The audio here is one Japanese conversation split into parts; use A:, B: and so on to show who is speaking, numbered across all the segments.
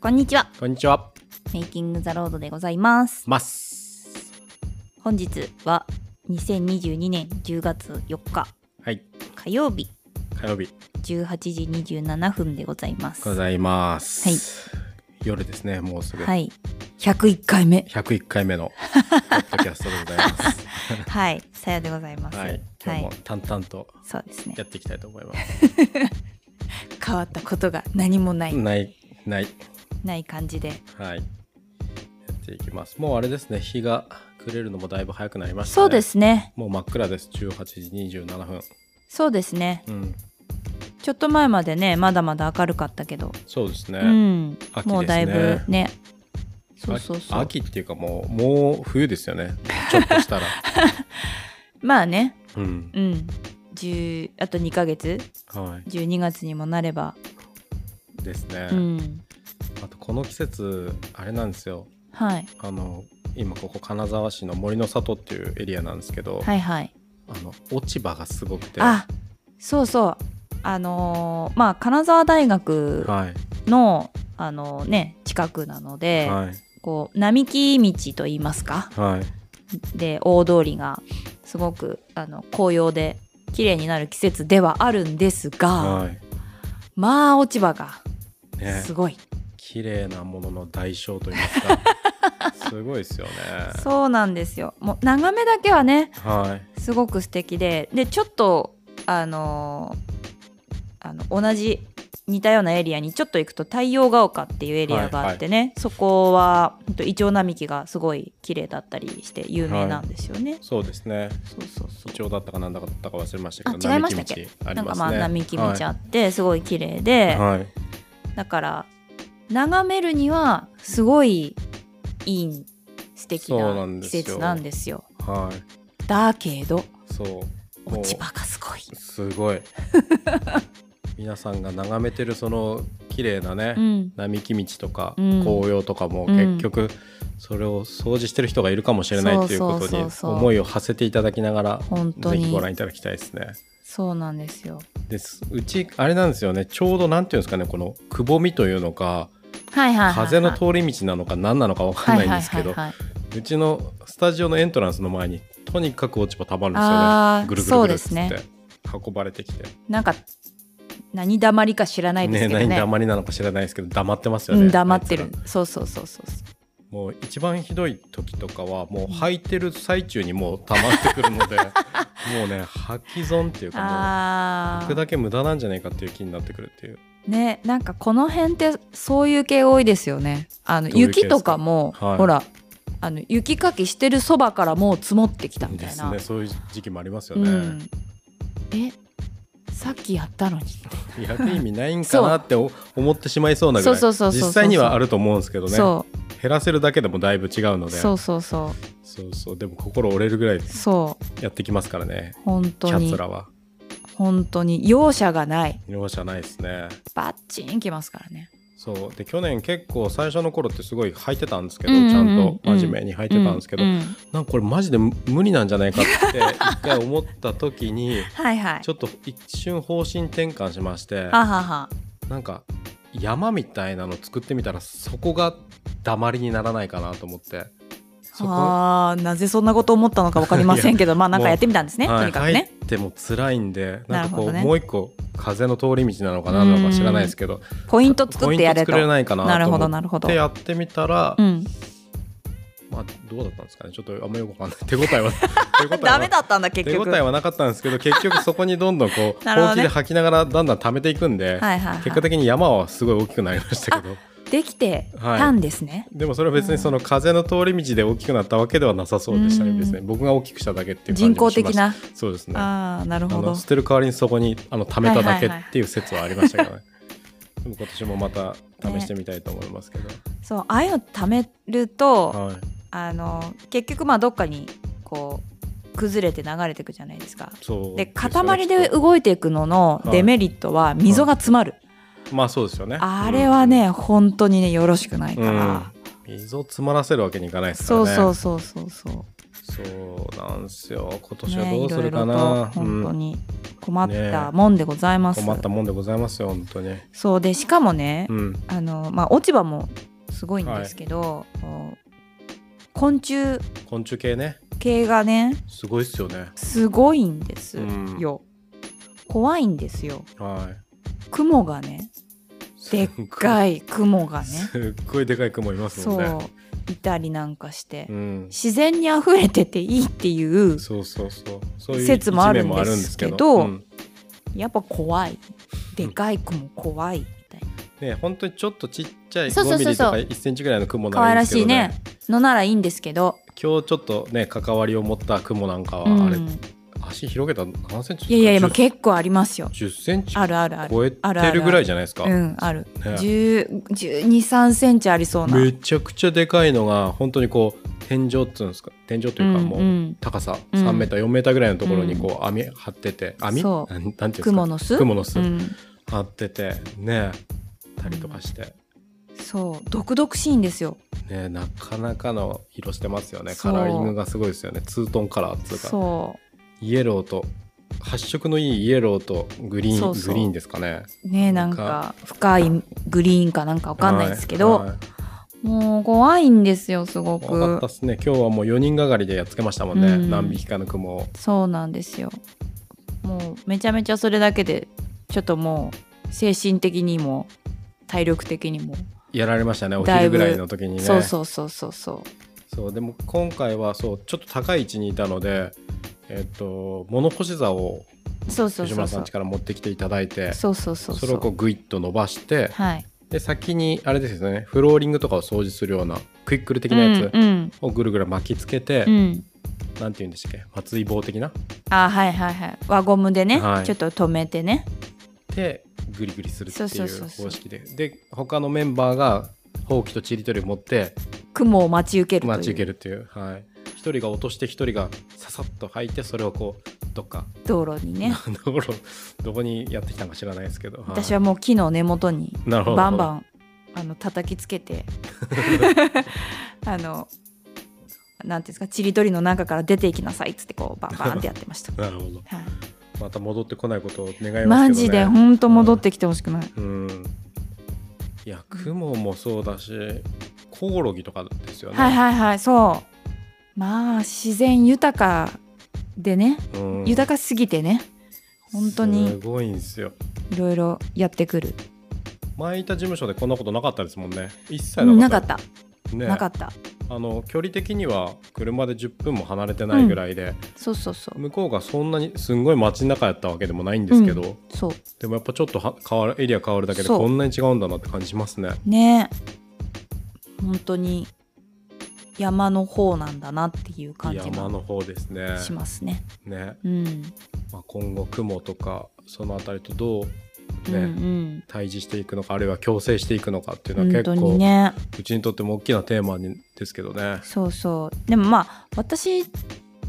A: こんにちは。
B: こんにちは。
A: メイキングザロードでございます。
B: ます。
A: 本日は2022年10月4日
B: はい。
A: 火曜日
B: 火曜日
A: 18時27分でございます。
B: ございます。はい。夜ですね。もうすぐ。
A: はい。101回 目。
B: 101 回目のポッドキャストでございます。
A: はい。さやでございます。
B: はい。今日も淡々と
A: そうですね
B: や。っていきたいと思います。
A: 変わったことが何もない、
B: ない、ない。
A: ない感じで。
B: はい。やっていきます。もうあれですね。日が暮れるのもだいぶ早くなりましたね。
A: そうで。すね。
B: もう真っ暗です。18時27分。
A: そうですね。
B: うん。
A: ちょっと前までね、まだまだ明るかったけど。
B: そうですね。
A: うん。
B: 秋ですね
A: もうだいぶね。そうそうそう。
B: 秋秋っていうかもう、もう冬ですよね。ちょっとした ら。
A: まあね。
B: うん。
A: うん。10あと2ヶ月
B: は
A: 12月にもなれば、
B: い。ですね。
A: うん、
B: あとこの季節あれなんですよ
A: はい
B: あの今ここ金沢市の森の里っていうエリアなんですけど、
A: はいはい
B: あの落ち葉がすごくて
A: あそうそうあのーまあ金沢大学
B: は
A: の、あのね近くなの
B: い
A: で、
B: はい
A: こう並木道といいますか
B: はい
A: で大通りがすごくあの紅葉で綺麗になる季節ではあるんですが、
B: はい
A: まあ落ち葉が
B: ね
A: すごい、
B: 綺麗なものの代償といいますか すごいですよね
A: そうなんですよもう眺めだけはね
B: はい
A: すごく素敵ででちょっとあのーあの同じ似たようなエリアにちょっと行くと太陽が丘っていうエリアがあってね、そこはほんとイチョウ並木がすごい綺麗だったりして有名なんですよね。
B: そうですね
A: そうそうそう
B: イチョウだったかなんだったか忘れましたけど
A: あ違いましたっけ
B: 並木道あり
A: なんか
B: ます
A: ま
B: ね
A: あ並木道あ
B: は
A: ってすごい綺麗
B: い
A: で、
B: はい
A: だから眺めるにはすごいいい素敵
B: そうな
A: なん
B: で
A: 季
B: すよ
A: 節なんですよ。
B: はい
A: だけど
B: そうもう
A: 落ち葉がすごい。
B: す ごい皆さんが眺めてるその綺麗なね、
A: うん、
B: 並木道とか
A: うん
B: 紅葉とかも
A: うん
B: 結局それを掃除してる人がいるかもしれない
A: そう
B: ということ
A: そうそ
B: に
A: うそう
B: 思いを馳せていただきながら
A: 本当
B: ぜひ
A: に
B: ご覧いただきたいですね。
A: そうなんですよ。
B: ですうちあれなんですよねちょうどなんていうんですかねこのくぼみというのか
A: はいはいはいはい、
B: 風の通り道なのか何なのか分かんないんですけど
A: はいはいはいはいう
B: ちのスタジオのエントランスの前にとにかく落ち葉たまるんですよ
A: あ
B: ね
A: ー
B: ぐるぐるぐるっつ
A: そう
B: っ
A: で
B: て運ばれてきて
A: なんか何だまりか知らないです
B: ね
A: けどね
B: 何黙りなのか知らないですけど黙ってます
A: う
B: よね
A: ん、黙って
B: あい
A: る
B: つら
A: そうそうそうそうそ
B: もう一番ひどい時とかはもう履いてる最中にもう溜まってくる のでもうね履き損っていう
A: う
B: かもう
A: あ
B: 履く
A: ー
B: だけ無駄なんじゃないかっていう気になってくるっていう
A: ねなんかこの辺ってそういう系多いですよねあの
B: どういう系
A: 雪とかも、
B: ですかはい
A: ほらあの雪かきしてるそばからもう積もってきたみた
B: で
A: い
B: す
A: な、
B: ねそういう時期もありますよ
A: う
B: ね、
A: ん、えさっきやったのに
B: やる意味ないんかなってお思ってしまいそうなぐらい
A: そうそうそうそうそう
B: 実際にはあると思うんですけどね
A: そ
B: 減らせるだけでもだいぶ違うの
A: う
B: で
A: そうそうそ
B: そうそうでも心折れるぐらいう
A: そう
B: やってきますからね
A: 本
B: キ
A: 当
B: ャ
A: に
B: ツらは
A: 本当に容赦がない
B: 容赦ないですね
A: バッチンきますからね
B: そうで去年結構最初の頃ってすごい履いてたんですけど、
A: うんうんうん
B: ちゃんと真面目に履いてたんですけど、
A: うう
B: なんかこれマジで無理なんじゃないか って一回思った時に
A: はいはい
B: ちょっと一瞬方針転換しまして
A: ははは
B: なんか山みたいなの作ってみたらそこがだまりにならないかなと思ってそこ
A: あーなぜそんなこと思ったのか分かりません けどまあなんかやってみたんですね
B: はい
A: とにかくね
B: 入っても辛いんでな
A: なる
B: んかこ
A: ほ
B: う、
A: どね
B: もう一個風の通り道なのか何なのか知らないですけど
A: ポイント作ってやれと
B: ポイント作れないかな
A: なる
B: と
A: ほど
B: 思
A: なるほ
B: っ
A: ど
B: てやってみたら、
A: うん
B: まあどうだったんですかねちょっとあんまよくわかんない手応 えは手応えは
A: ダメだったんだ結
B: 手応
A: 局
B: えはなかったんですけど結局そこにどんどんこ う、
A: なるほ
B: ほ
A: ど
B: う
A: ね
B: きで吐きながらだんだん溜めていくんで、
A: はいはい
B: 結果
A: は
B: 的に山はすごい大きくなりましたけど
A: いできて
B: はい
A: たんですね
B: でもそれは別にその風の通り道で大きくなったわけではなさそうでしたね
A: うん
B: 別に僕が大きくしただけっていう感じ
A: 人
B: も
A: 工
B: しま
A: 的
B: した
A: な
B: そうですねあ
A: ああなるほど
B: の捨てる代わりにそこにあの溜めただけ
A: はいはいはい
B: っていう説はありましたけどねでも今年もまた試してみたいと思いますけど、
A: そうああいうの貯めると
B: はい
A: あの結局まあどっかにこう崩れて流れていくじゃないですか
B: そう
A: です
B: よね
A: 塊で
B: きっ
A: 動いていくののデメリットは溝が詰まる
B: とまあそうですよね
A: あれはね、本当にねよろしくないから、
B: うん、水を詰まらせるわけにいかないですか
A: そ
B: らね
A: うそうそうそうそう
B: そうなんですよ今年は
A: ね、
B: ど
A: いう
B: す
A: ろい
B: るか
A: ろ
B: な
A: と、本当
B: うん
A: に困ったもんでございます、
B: 困ったもんでございますよ本当に
A: そうでしかもね、
B: うん
A: あのまあ、落ち葉もすごいんですけど、こう昆虫
B: 昆虫系ね
A: 系がね
B: すごいっすよね
A: すごいんです
B: うん
A: よ、怖いんですよ
B: は
A: 雲がね
B: い
A: でっか
B: い
A: い雲がね
B: すっごいでかい雲いますもんね
A: そういたりなんかして、
B: うん
A: 自然に溢れてていいっていう
B: そうそうそうそういう
A: 説もあるんですけど
B: 一面もあるんです
A: やっぱ怖いでかい雲怖いみたいな
B: けどうんね本当にちょっとちっちゃい
A: そうそ
B: 5
A: う
B: ミ
A: そうそ
B: リ
A: う
B: とか1センチぐらいの雲な
A: 可愛
B: らいいん
A: ら
B: ですけ
A: しい
B: ど
A: ね
B: ね
A: のならいいんですけど、
B: 今日ちょっとね関わりを持った雲なんか
A: う
B: はあれ
A: ん、
B: 足広げたの何センチ
A: いやいや今
B: 10
A: 結構ありますよ
B: 10センチ
A: あるあるある
B: 超え
A: あるあ
B: て
A: る
B: るぐらいじゃないですか
A: うんある
B: ね
A: 1 2 3センチありそうな
B: めちゃくちゃでかいのが本当にこう天井っつうんですか天井というかもう、
A: んん
B: 高さ
A: うん
B: 3メーター4メーターぐらいのところにこう網張ってて、網
A: そう
B: なんなんていうんですか
A: 雲の巣
B: 雲の巣
A: うん、
B: 張っててねたりとかして、
A: そう毒々しいんですよ
B: ねなかなかの色してますよね
A: そ
B: カ
A: う
B: ラーリングがすごいですよねツートンカラーっていうか
A: そ
B: イエローと発色のいいイエローとグリーン
A: そうそう
B: グリーンですかね
A: うね
B: な
A: なんん
B: か
A: か深いグリーンかなんかわかんないですけど、
B: はいはい
A: もう怖いんですよすご
B: 怖かっ
A: く
B: たっすね今日はもう4人がかりでやっつけましたもんね、
A: うん
B: 何匹かの雲を
A: そうなんですよもうめちゃめちゃそれだけでちょっともう精神的にも体力的にも、
B: やられましたねお
A: だい
B: 昼
A: ぶ
B: ぐらいの時にね
A: そうそうそうそうそう
B: そうでも今回はそうちょっと高い位置にいたので、えっと物干し竿を
A: そうそうそ
B: 藤
A: う
B: 村
A: そ
B: さん
A: う
B: 家から持ってきていただいてそ
A: そうそうそう
B: れをこうグイッと伸ばして
A: はい
B: で先にあれですよねフローリングとかを掃除するようなクイックル的なやつ
A: うんうん
B: をぐるぐる巻きつけて、
A: うん
B: なんて言うんでしたっけ松井棒的な
A: あはいはいはい輪ゴムでね、
B: はい
A: ちょっと止めてね
B: でグリグリするって
A: そ
B: い
A: うそう
B: う
A: そうそう
B: 方式でで他のメンバーがほうきとちりとりを持って
A: 雲を待ち受けるという
B: 待ち受けるっていう、はい、1人が落として1人がささっと履いてそれをこうどっか
A: 道路にね
B: どころどこにやってきたのか知らないですけど、
A: 私
B: は
A: はもう木の根元に
B: いなるほど
A: バンバンあの叩きつけてあのなんていうんですかちりとりの中から出ていきなさいっつってこうバンバンってやって ました、
B: なるほど
A: はい
B: また戻ってこないことを願いますけどね
A: マジでほんと戻ってきてほしくない、
B: うんいや雲もそうだしコオロギとかですよね、
A: はいはいはいそうまあ自然豊かでね
B: うん
A: 豊かすぎてね本当
B: す
A: に
B: ごいんですよ
A: いろいろやってくる、
B: 前いた事務所でこんなことなかったですもんね一切
A: うん
B: な
A: な
B: か
A: か
B: っ,、
A: ったた、
B: ね、
A: なかった
B: あの距離的には車で10分も離れてないぐらいで、
A: そうそうそう
B: 向こうがそんなにすんごい街の中やったわけでもないんですけど、
A: そう
B: でもやっぱちょっとは変わるエリア変わるだけで
A: そう
B: こんなに違うんだなって感じしますね。
A: ね本当に山の方なんだなっていう感じ
B: 山
A: が
B: の方ですね。
A: しますね。
B: ね、
A: うん、
B: まあ、今後雲とかそのあたりとどう
A: うん
B: ね、
A: うん
B: 対峙していくのかあるいは共生していくのかっていうのは
A: 本
B: 結
A: 当
B: 構
A: にね
B: うちにとっても大きなテーマにですけどね。
A: そうそうでもまあ私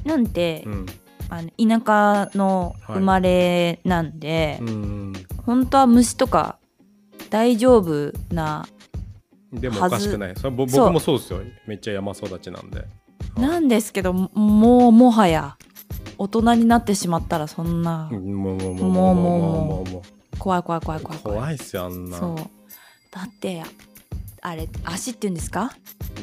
A: なんて、
B: うん、
A: あの田舎の生まれなんで、
B: うん、
A: 本当は虫とか大丈夫な
B: でも
A: は
B: お
A: ず
B: かしくない。それぼ
A: そう
B: 僕もそうですよ。めっちゃ山育ちなんで。
A: なんですけどもうもはや大人になってしまったらそんな
B: うんもうも
A: もう
B: うもうも
A: もう
B: うもうもうも
A: 怖い怖い怖い怖
B: う
A: い怖い
B: 怖いっすよあんな。
A: そうだってあれ足っていうんですか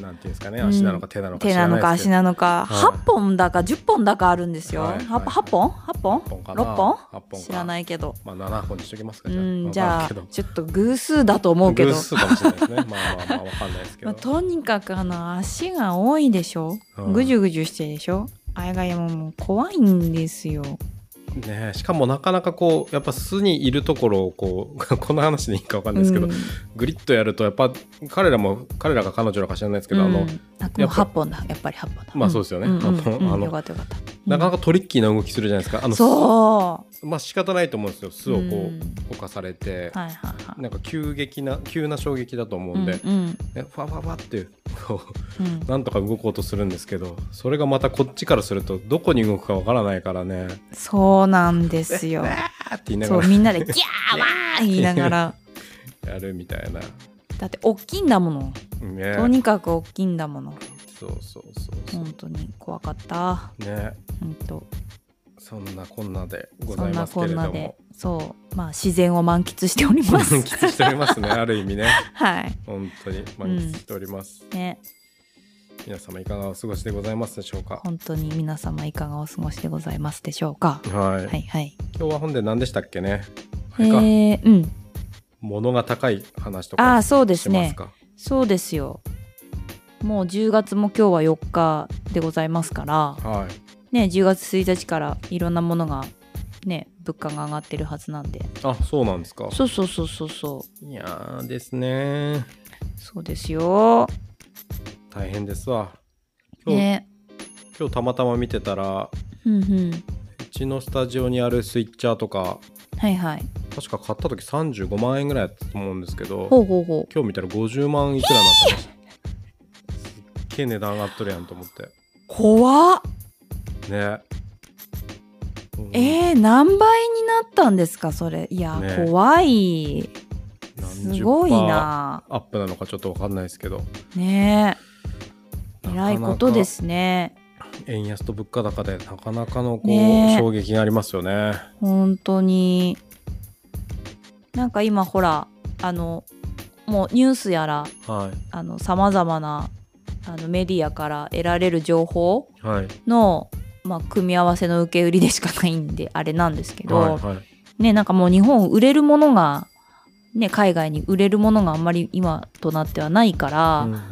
B: なんていうんですかね足なのか手なのか
A: 手
B: 知ら
A: なのか
B: ないです
A: 足
B: けど。
A: なのか、
B: はい
A: 8本だか10本だかあるんですよ、
B: はいはい
A: は8本 ?8 本
B: 本かな
A: ?6 本
B: 八本か
A: 知らないけど
B: まあ7本にしときますか
A: うんじ
B: じゃあ。わ
A: ゃ
B: からんけど
A: あちょっと偶数だと思うけど
B: 偶数かもしれないですね。まあまあまあわかんないですけ
A: まあ、
B: ど。
A: とにかくあの足が多いでしょ、
B: うん
A: ぐじゅぐじゅしてるでしょあれがもうもう怖いんですよ
B: ねえしかもなかなかこうやっぱ巣にいるところをこう この話でいいかわかんないですけど、
A: うん
B: グリッとやるとやっぱ彼らも彼らが彼女らか知らないですけど、あ
A: う
B: の
A: んあもう
B: やっぱ
A: 8本だやっぱり8本だ
B: まあそうですよね
A: んうんうん
B: あのあの
A: よかったよかった
B: なかな
A: か
B: かトリッキーな動きするじゃないですかあの
A: そ
B: まあ仕方ないと思うんですよ
A: う
B: 巣をこう、
A: ん
B: 犯されて、
A: はいはいはい
B: なんか急激な急な衝撃だと思うんで、
A: うんうん
B: ねファファファってこう
A: うん
B: なんとか動こうとするんですけどそれがまたこっちからするとどこに動くかわからないからね
A: そうなんですよ。
B: あーって言いな
A: そ
B: が
A: うみんなでギャーわー言いながら
B: らやるみたいな
A: だって大きいんだもの、
B: ね
A: とにかく大きいんだもの
B: そうそうそうそう
A: 本当に怖かった
B: ね
A: 本当
B: そんなこんなでご
A: そ
B: ざ
A: ん
B: いま
A: な
B: すけ
A: こ
B: れ
A: んな
B: ど
A: で
B: も
A: そうまあ自然を満喫しておりま
B: 満
A: す
B: 喫しておりますねある意味ね
A: はい
B: 本当に満喫しております、
A: ね
B: 皆様いかがお過ごしでございますでしょうか
A: 本当に皆様いかがお過ごしでございますでしょうか
B: はい、
A: はいはい
B: 今日は本で何でしたっけね
A: え
B: あれか、
A: ー、うん
B: 物が高い話
A: あ
B: とか
A: あそうで
B: し
A: す
B: ます
A: ね
B: か
A: そうですよもう10月も今日は4日でございますから
B: はい
A: ね10月1日からいろんなものがね物価が上がってるはずなんで
B: あそうなんですか
A: そうそうそうそうそう
B: いやーですね
A: そうですよ
B: 大変ですわ今日,、
A: ね
B: 今日たまたま見てたら
A: うんうん
B: うちのスタジオにあるスイッチャーとか
A: はいはい
B: 確か買った時35万円ぐらいだったと思うんですけど
A: ほうほうほう
B: 今日見たら50万いくらになってましたすっげえ値段上がっとるやんと思って
A: 怖っ
B: ねうん
A: えー、何倍になったんですかそれいや、
B: ね
A: 怖い
B: 何
A: す
B: 十
A: ごい
B: パー
A: な
B: アップなのかちょっと分かんないですけど
A: ねええ
B: なかなから
A: いことですね
B: 円安と物価高でなかなかのこう、
A: ねえ
B: 衝撃がありますよね
A: 本当になんか今ほらあのもうニュースやら
B: は
A: あの様々なあのメディアから得られる情報
B: いはい
A: の、まあ、組み合わせの受け売りでしかないんであれなんですけど、
B: はいはい
A: ねなんかもう日本売れるものが、ね、海外に売れるものがあんまり今となってはないから、
B: うんうん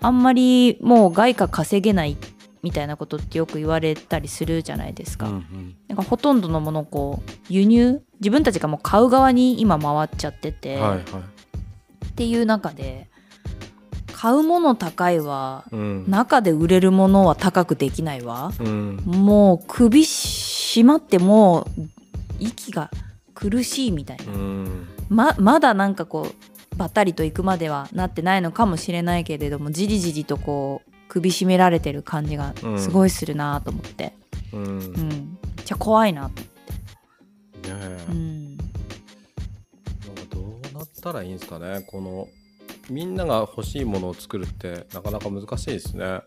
A: あんまりもう外貨稼げないみたいなことってよく言われたりするじゃないですか。
B: うんうん
A: なんかほとんどのものをこう輸入自分たちがもう買う側に今回っちゃってて、
B: はいは
A: っていう中で買うもの高いわ
B: いうん
A: 中で売れるものは高くできないわ
B: うん
A: もう首締まってもう息が苦しいみたいな、
B: うん
A: ままだなんかこうばったりと行くまではなってないのかもしれないけれどもじりじりとこう首絞められてる感じがすごいするなと思って、
B: うん
A: う
B: ね
A: んじゃあ怖いなと、
B: え
A: うん、
B: なんかどうなったらいいんですかねこのみんなが欲しいものを作るってなかなか難しいですね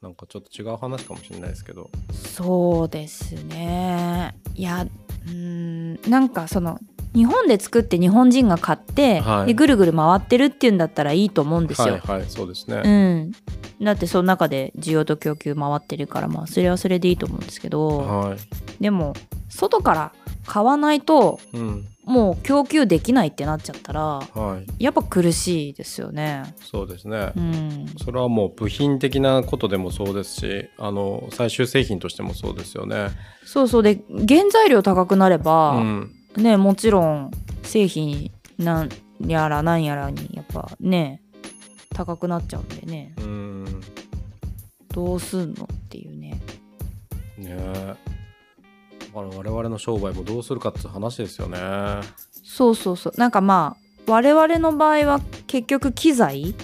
B: なんかちょっと違う話かもしれないですけど
A: そうですねいやうーんなんかその日本で作って日本人が買って、
B: はい
A: でぐるぐる回ってるっていうんだったらいいと思うんですよ。
B: はいはいそうですね、
A: うん、だってその中で需要と供給回ってるからまあそれはそれでいいと思うんですけど
B: は
A: でも外から買わないと
B: いうん
A: もう供給できないってなっちゃったら
B: はい
A: やっぱ苦しいですよね。
B: そうですね
A: うん、
B: それはもう部品的なことでもそうですしあの最終製品としてもそうですよね。
A: そうそうで原材料高くなれば、
B: うん、
A: ねもちろん製品なんやらなんやらにやっぱね高くなっちゃうんでね
B: うんね
A: どうすんのっていうね
B: えだから我々の商売もどうするかっていう話ですよね。は
A: そうそうそうなんかまあ我々の場合は結局機材
B: い、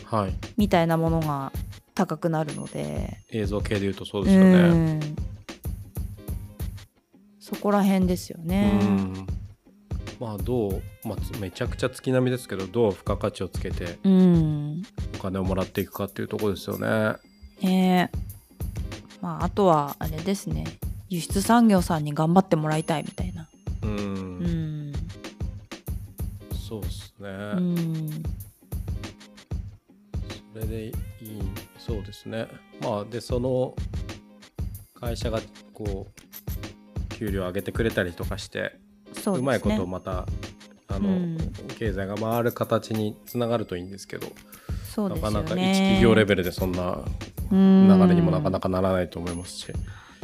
A: みたいなものが高くなるので
B: 映像系で言うとそうですよね。
A: うんそこら辺ですよ
B: う
A: ね、
B: んまあどう、まあ、つめちゃくちゃ月並みですけどどう付加価値をつけて
A: うん、
B: お金をもらっていくかっていうところですよね。
A: ねまああとはあれですね輸出産業さんに頑張ってもらいたいみたいな
B: うん
A: うん
B: そうですね、
A: うん
B: それでいいそうですねまあでその会社がこう給料上げてくれたりとかして,、
A: そううですね
B: まいことまたあの、
A: うん
B: 経済が回る形につながるといいんですけど
A: そうで
B: な
A: すよね
B: かなか一企業レベルでそんな
A: 流
B: 流れにもなかなかならないと思いますし、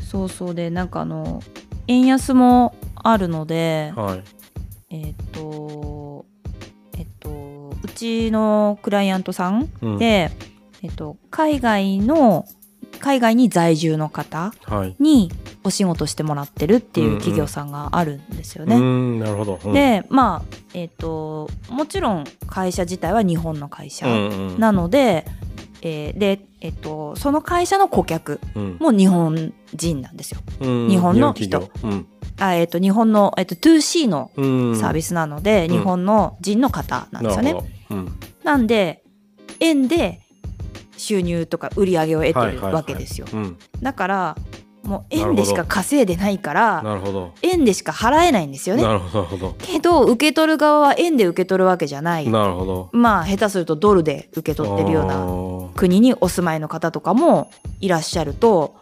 A: そうそうでなんかあの円安もあるので
B: はい
A: えっ、とえっ、とうちのクライアントさん
B: うん
A: で、えっと海外の海外に在住の方
B: はい、
A: にお仕事してもらってるっていう企業さんがあるんですよね。
B: うーんなるほど、うん、
A: でまあえっ、ともちろん会社自体は日本の会社、
B: うんうん
A: なので、えーで、えっと、その会社の顧客
B: うん
A: も日本人なんですよ。
B: うん
A: 日本の人
B: 日本企業
A: あえっと、日本の、えっと、2C の
B: うんうん
A: サービスなので、
B: うん
A: 日本の人の方なんですよね。
B: なるほどうん
A: なんで円で収入とか売り上げを得てる
B: はいはいはい
A: わけですよ、
B: うん。
A: だからもう円でしか稼いでないから
B: なるほど。
A: 円でしか払えないんですよね
B: なるほど。なるほど。
A: けど受け取る側は円で受け取るわけじゃない
B: なるほど。
A: まあ下手するとドルで受け取ってるような国にお住まいの方とかもいらっしゃると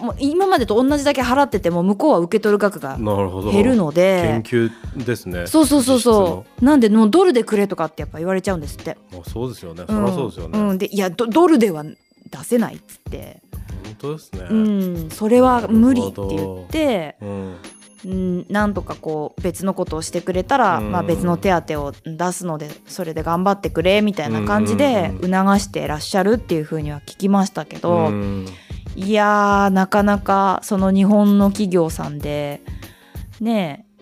A: もう今までと同じだけ払ってても向こうは受け取る額が
B: あーなるほど。
A: 減るの
B: 研
A: で
B: 究ですね。
A: そうそうそうそうなんでもうドルでくれとかってやっぱ言われちゃうんですって。
B: う。まあ、そうですよね。そりゃそうですよね。
A: んうん、でいやドドルでは出せないっつって、
B: 本当ですね。
A: うん、それは無理って言って、
B: うん。
A: うん、なんとかこう別のことをしてくれたら、
B: うん
A: まあ、別の手当を出すのでそれで頑張ってくれみたいな感じで
B: うん
A: 促してらっしゃるっていうふうには聞きましたけど、
B: うん
A: いやーなかなかその日本の企業さんでねえ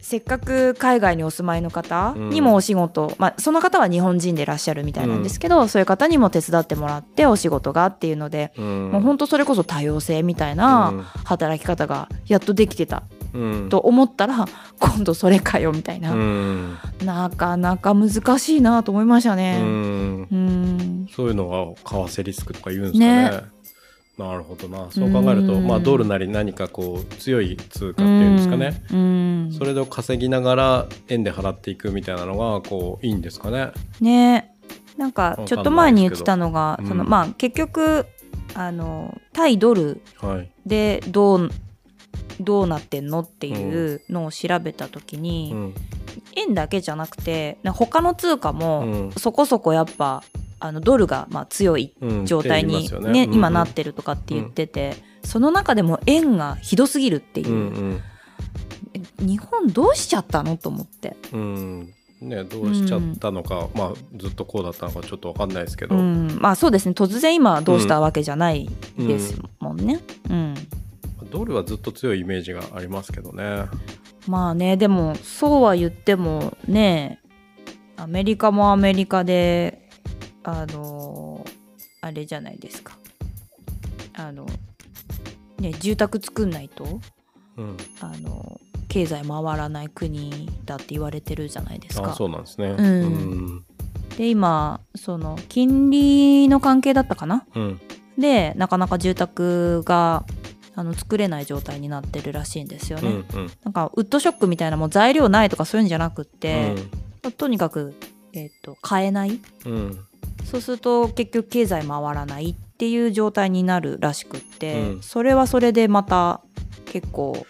A: せっかく海外にお住まいの方にもお仕事、まあ、その方は日本人でいらっしゃるみたいなんですけど、そういう方にも手伝ってもらってお仕事がっていうので、
B: うん
A: もう本当それこそ多様性みたいな働き方がやっとできてた
B: うん
A: と思ったら今度それかよみたいな、
B: うん
A: なかなか難しいなと思いました
B: う
A: ね。
B: ん
A: うん
B: そういうのが為替リスクとか言うんですかね
A: ね
B: なるほどなそう考えると
A: うん
B: まあドルなり何かこう強い通貨っていうんですかね、
A: うん
B: それで稼ぎながら円で払っていくみたいなのがこういいんですかね
A: ねなんかちょっと前に言ってたのが
B: わかんな
A: そ
B: いですけど
A: の
B: うん
A: まあ結局あの対ドル
B: はい
A: でどうどうなってんのっていうのを調べた時に、
B: うん
A: 円だけじゃなくてな他の通貨
B: う
A: も
B: ん
A: そこそこやっぱあのドルがまあ強い
B: うん
A: 状態
B: って言いま
A: に
B: すよ、
A: ね
B: うん
A: 今なってるとかって言ってて、その中でも円がひどすぎるっていう
B: う、ん
A: 日本どうしちゃったのと思って。
B: うん、うんね、どうしちゃったのか、まあずっとこうだったのかちょっとわかんないですけ
A: う
B: ど、
A: ん、まあそうですね突然今どうしたわけじゃないですもんね。うん
B: ドルはずっと強いイメージがありますけどね
A: まあねでもそうは言ってもねアメリカもアメリカであのあれじゃないですかあのね住宅作んないと
B: うん
A: あの経済回らない国だって言われてるじゃないです
B: あ
A: か
B: そうなんですね。
A: うんで今その金利の関係だったかな
B: うん。うん。
A: でなかなか住宅があの作れない状態になってるらしいんですよ
B: う
A: ね、
B: ん。うん。
A: なんかウッドショックみたいなもう材料ないとかそういうんじゃなくって、とにかく、えっと買えない
B: うん。
A: そうすると結局経済回らないっていう状態になるらしくって、
B: うん
A: それはそれでまた結構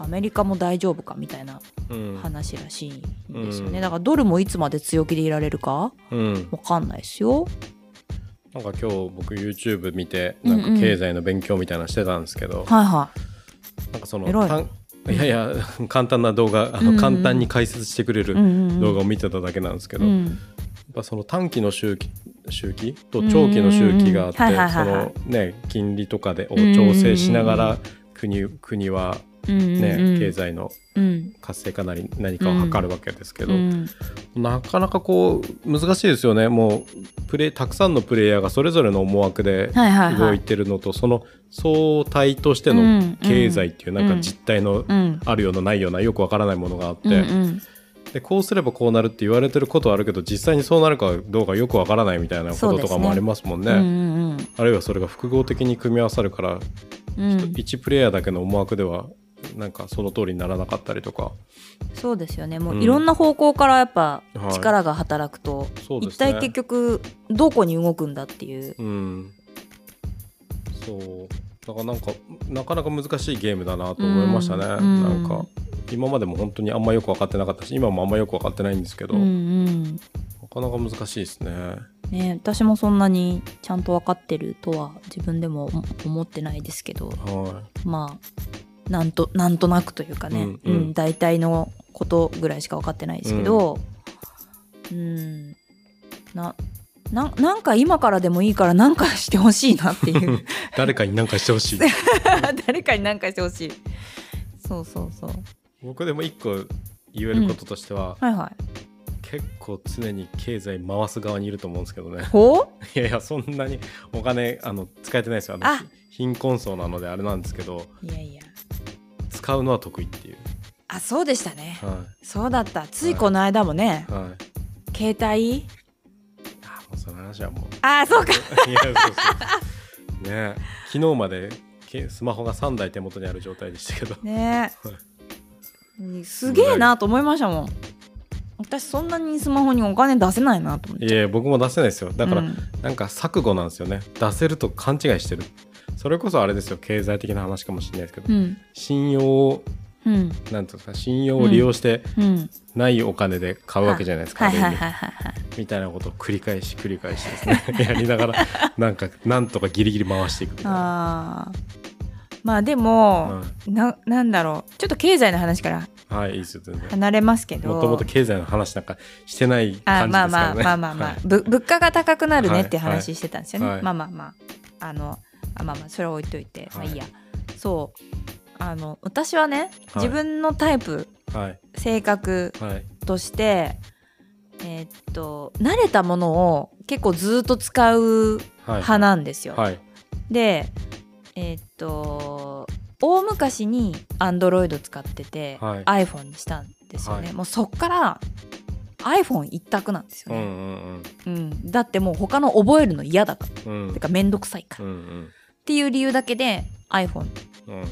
A: アメリカも大丈夫かみたいな
B: うん。
A: 話らしいんですよね、
B: うん
A: だからドルもいつまで強気でいられるか
B: うん。
A: わかんないですよ。
B: なんか今日僕 YouTube 見てなんか経済の勉強みたいなのしてたんですけど、
A: はいはい。
B: なんかその
A: エロい
B: たんいやいや簡単な動画あ
A: うんう
B: の
A: ん
B: 簡単に解説してくれる
A: うんうん
B: 動画を見てただけなんですけ
A: う
B: ど、やっ
A: ん
B: ぱその短期の周期周期と長期の周期があって、
A: うんうんうんはいはい
B: そ
A: はいはい
B: のね金利とかでを調整しなが
A: うん
B: ら国国は
A: うんうん
B: ね、
A: うん
B: 経済の
A: うん
B: 活性化なり何かを図るわけですけど、
A: うん
B: なかなかこう難しいですよねもうプレイたくさんのプレイヤーがそれぞれの思惑で
A: はいはいは
B: 動
A: い
B: い。てるのと、その総体として
A: うんう
B: の
A: ん
B: 経済っていうなんか実態の
A: うん
B: あるようなないようなよくわからないものがあって、
A: うんうん
B: でこうすればこうなるって言われてることはあるけど実際にそうなるかどうかよくわからないみたいなこ
A: そう
B: と
A: です
B: と
A: ね
B: かもありますもんね。
A: うんうん
B: あるいはそれが複合的に組み合わさるから、
A: うんうん
B: 1プレイヤーだけの思惑ではなんかその通りにならなかったりとか
A: そうですよねも
B: うん
A: ういろんな方向からやっぱ
B: はい
A: 力が働くと、
B: そうで
A: 一
B: すね
A: 体結局どこに動くんだっていう、
B: うん、そうだからなんかなかなか難しいゲームだなと思いましたね、
A: うん
B: なんか今までも本当にあんまよく分かってなかったし今もあんまよく分かってないんですけど、
A: うんう
B: なんかなか難しいですね
A: ね、私もそんなにちゃんと分かってるとは自分でも思ってないですけど
B: は
A: まあなんとなんとなくというかね、
B: うん
A: う
B: うん
A: ん大体のことぐらいしか分かってないですけどうんなななんか今からでもいいからなんかしてほしいなって いう
B: い誰かに何かして ほしい
A: 誰かになんかしてほしいそうそうそう
B: 僕でも一個言えることとしては、
A: はいはい
B: 結構常に経済回す側にいると思うんですけどね
A: ほう
B: いやいやそんなにお金あの使えてないですよあの
A: あ
B: 貧困層なのであれなんですけど
A: いやいや
B: 使うのは得意っていう
A: あそうでしたね
B: は
A: そうだったついこの間もね、
B: いはい
A: 携帯
B: あ話はもう
A: ああそうか
B: いやそうそうねえ昨日までけスマホが3台手元にある状態でしたけど
A: ねえすげえなと思いましたもん私そんなにスマホにお金出せないなと思って
B: いや僕も出せないですよだから、
A: うん
B: なんか錯誤なんですよね出せると勘違いしてるそれこそあれですよ経済的な話かもしれないですけど、
A: うん
B: 信用を
A: うん
B: なんていうんですか信用を利用して
A: うん
B: ないお金で買うわけじゃないですか、
A: はいは
B: ある
A: い
B: 意味
A: はいはいはい
B: みたいなことを繰り返し繰り返しですね やりながらなんかなんとかギリギリ回していくみたいな。
A: あーまあでも、ななんだろうちょっと経済の話から
B: うんはいいいですよ全然
A: 離れますけど
B: もともと経済の話なんかしてない
A: あ
B: 感じ
A: ま
B: で
A: あまあ
B: すからね。
A: まあまあまあ、
B: はい
A: ぶ物価が高くなるねって
B: はいは
A: 話してたんですよね、
B: はい
A: まあまあまああのあまあまあそれは置いといて、
B: はい
A: まあいいやそうあの私はね
B: はい
A: 自分のタイプ、
B: はい
A: 性格
B: はい
A: としてえーっと慣れたものを結構ずっと使う
B: はい
A: 派なんですよ、
B: はい
A: でえーっと大昔に Android 使ってて、
B: はい
A: iPhone にしたんですよね、
B: はい
A: もうそっから iPhone 一択なんですよ
B: うん
A: ね、
B: うん
A: うん、だってもう他の覚えるの嫌だから
B: うんうん
A: てかめんどくさいか
B: う
A: ら、
B: ん
A: っ
B: うん
A: ていう理由だけで iPhone
B: うん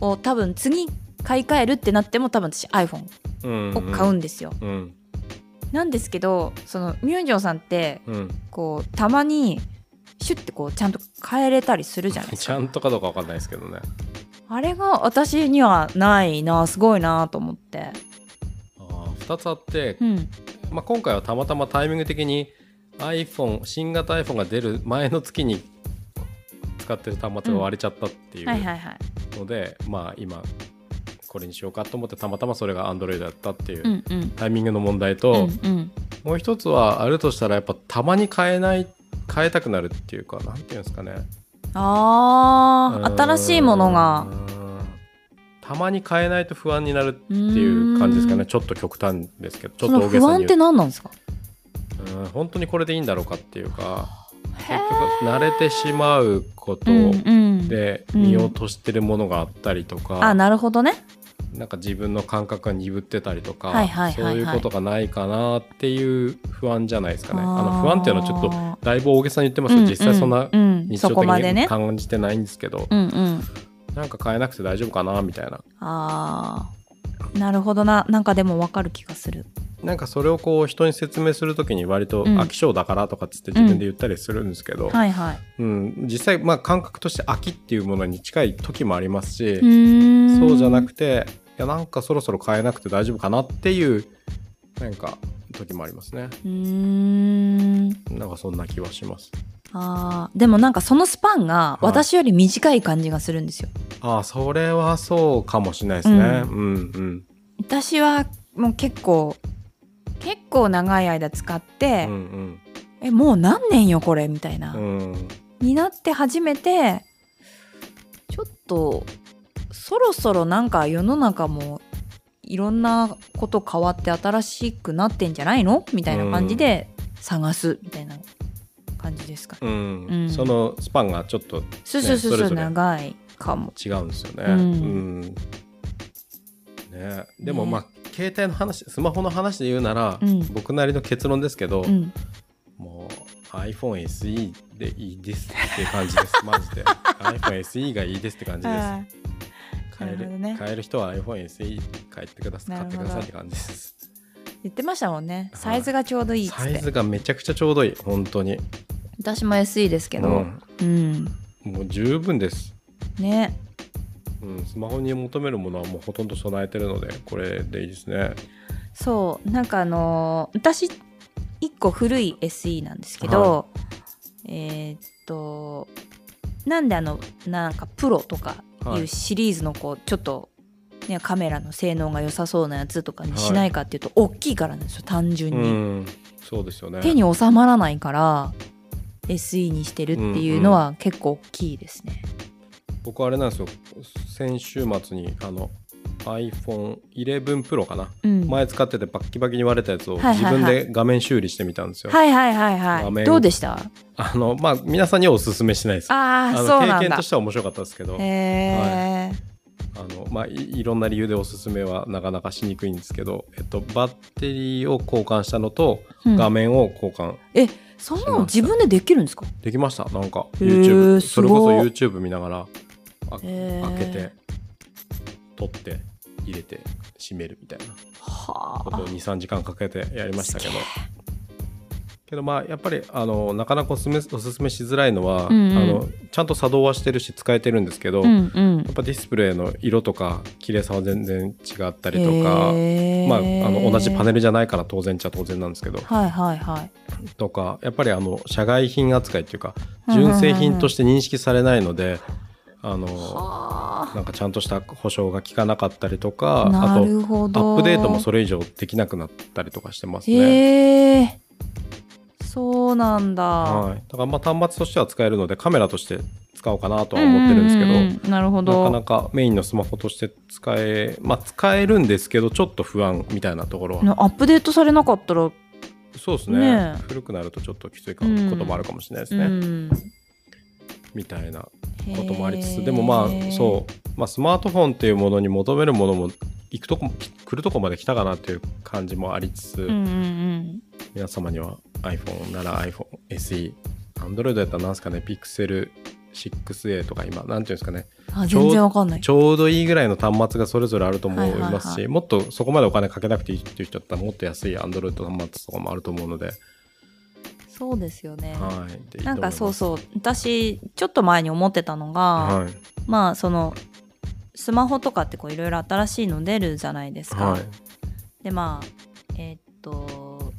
A: を多分次買い替えるってなっても多分私 iPhone
B: うん
A: を買うんですよ、
B: うん
A: なんですけどそのミュンジョンさんって
B: うん
A: こうたまにシュッてこうちゃんと変えれたりするじゃないです
B: ちゃんとかどうかわかんないですけどね。
A: かあれが私にはないなすごいなと思って
B: あー2つあって、
A: うん
B: まあ、今回はたまたまタイミング的に iPhone 新型 iPhone が出る前の月に使ってる端末が割れちゃったっていう
A: はいはいはい
B: ので、まあ今これにしようかと思ってたまたまそれが Android だったっていううん
A: うん
B: タイミングの問題
A: う
B: と、
A: んうん
B: もう一つはあるとしたらやっぱたまに変えない変えたくなるっていうかなんていうんですかね
A: あー新しいもの
B: う
A: が
B: ーんたまに変えないと不安になるっていう感じですか
A: うー
B: ね
A: ん
B: ちょっと極端ですけどち
A: そ
B: ょっ
A: の
B: と大げ
A: 不
B: さ
A: 安
B: に
A: って
B: 言う
A: 何なんですか
B: うん本当にこれでいいんだろうかっていうか
A: へ
B: 結
A: ー
B: 局慣れてしまうこと
A: うんうん
B: で
A: うん
B: 見落としてるものがあったりとか、
A: あなるほどね
B: なんか自分の感覚が鈍ってたりとか、
A: はいはいはいはい
B: そういうことがないかなっていう不安じゃないですかね。あ
A: ー
B: の不安っていうのはちょっとだいぶ大げさに言ってますけど、実際そんな
A: うんうん
B: 日常
A: そこまで
B: 的に
A: ね
B: 感じてないんですけど、
A: うんうん
B: なんか変えなくて大丈夫かなみたいな
A: あーなるほどななんかでもわかる気がする
B: なんかそれをこう人に説明する時に割と
A: うん
B: 飽き性だからとかっつって自分で言ったりするんですけど、
A: はいはい
B: うん実際まあ感覚として飽きっていうものに近い時もありますし、
A: そ
B: そうじゃなくていやなんかそろそろ変えなくて大丈夫かなっていうなんか時もありますね
A: うーん
B: なんかそんな気はします
A: あーでもなんかそのスパンが
B: い
A: 私より短い感じがするんですよ、
B: ああそれはそうかもしれないですね、
A: うん
B: うん、うん
A: 私はもう結構結構長い間使っ
B: う
A: て、
B: ん
A: えもう何年よこれみたいな、
B: うんうん
A: になって初めてちょっとそろそろなんか世の中もいろんなこと変わって新しくなってんじゃないのみたいな感じで探すみたいな感じですかね。
B: うん、
A: うん
B: そのスパンがちょっと
A: そうそうそうそ
B: ねそれ
A: う
B: ぞれ
A: 長いかも。
B: 違うんですよね。う
A: うんん
B: ね、でも
A: ね
B: まあ、携帯の話スマホの話で言うなら、
A: うん
B: 僕なりの結論ですけど、
A: うん、
B: もう iPhoneSE でいいですっていう感じ ですマジで iPhoneSE がいいですって感じです買
A: な
B: え
A: る
B: る
A: ほどね
B: 買える人は iPhoneSE 買ってください
A: な
B: 買
A: る
B: っ
A: ほど
B: てくださいって感じです
A: 言ってましたもんね
B: はい
A: サイズがちょうどいいっつっ
B: サ
A: て、
B: イズがめちゃくちゃちょうどいい本当に
A: 私も SE ですけど、うん
B: もう十分です、
A: ね
B: うん、スマホに求めるものはもうほとんど備えてるのでこれでいいですね
A: そうなんかあのー私一個古い SE なんですけど、えーっとなんであのなんかプロとか
B: はい
A: いうシリーズのこうちょっと、ね、カメラの性能が良さそうなやつとかにしないかっていうと、大きいからなんですよ単純に、
B: うんそうですよね
A: 手に収まらないから SE にしてるっていうのは結構大きいですね、
B: 僕あれなんですよ先週末にあの iPhone11 Pro かな、
A: うん
B: 前使っててバッキバキに割れたやつを
A: はい
B: 自
A: はいはい
B: 分で画面修理してみたんですよ、
A: はいはいはいは
B: 画
A: い
B: 面
A: どうでしたあ
B: あのまあ皆さんにはおすすめしないです
A: あー
B: あの
A: そうなん
B: 経験
A: だ
B: としては面白かったですけど
A: へえ
B: あの、まあ、いいろんな理由でおすすめはなかなかしにくいんですけど、えっと、バッテリーを交換したのと
A: うん
B: 画面を交換、
A: えそんなの自分でできるんですか
B: できましたなんか
A: へー
B: YouTube それこそ
A: すごい
B: YouTube 見ながらあ
A: へー
B: 開けて取って入れて閉めるみたいな
A: は
B: こと
A: あ
B: を23時間かけてやりましたけどけどまあやっぱりあのなかなかおすすめおすすめしづらいのは、
A: うんうん
B: あのちゃんと作動はしてるし使えてるんですけど、
A: う
B: や
A: んうん
B: っぱディスプレイの色とか綺麗さは全然違ったりとか、まあ、あ
A: ま
B: の同じパネ
A: ル
B: ルじゃないから当然っちゃ当然なんですけど
A: はいはいはい
B: とかやっぱりあの社外品扱いっていうか
A: うんうんうんうん
B: 純正品として認識されないので、あの
A: は
B: なんかちゃんとした保証が効かなかったりと
A: あ
B: かあ
A: な
B: と
A: るほど
B: アップデートもそれ以上できなくなったりとかしてますね。
A: へえそうなんだ、
B: はい、だからまあ端末としては使えるのでカメラとして使おうかなとは思ってるんですけど、
A: うううんうんなるほど
B: なかなかメインのスマホとして使え、まあ、使えるんですけどちょっと不安みたいなところは、
A: ねアップデートされなかったら、
B: そうですね
A: ねえ
B: 古くなるとちょっときついかもこともあるかもしれないですね、
A: うん
B: みたいなこともありつつでもまあそう、まあ、スマートフォンっていうものに求めるものも行くとこき来るとこまで来たかなっていう感じもありつつ、
A: ううんうん
B: 皆様には iPhone なら iPhoneSE、Android やったらなんですかね、Pixel6A とか今、なんていうんですかね、
A: うんあ
B: ちょう
A: 全然わかんない
B: ちょうどいいぐらいの端末がそれぞれあると思
A: はいいはいはい
B: ますし、もっとそこまでお金かけなくていいっていう人だったら、もっと安い Android 端末とかもあると思うので、
A: そうですよね
B: はい。
A: なんかそう
B: う。
A: そう私ちょっと前に思ってたのが、
B: はい。
A: まあそのスマホとかってこういろいろ新しいの出るじゃないですか、
B: はい。
A: でまあえーっと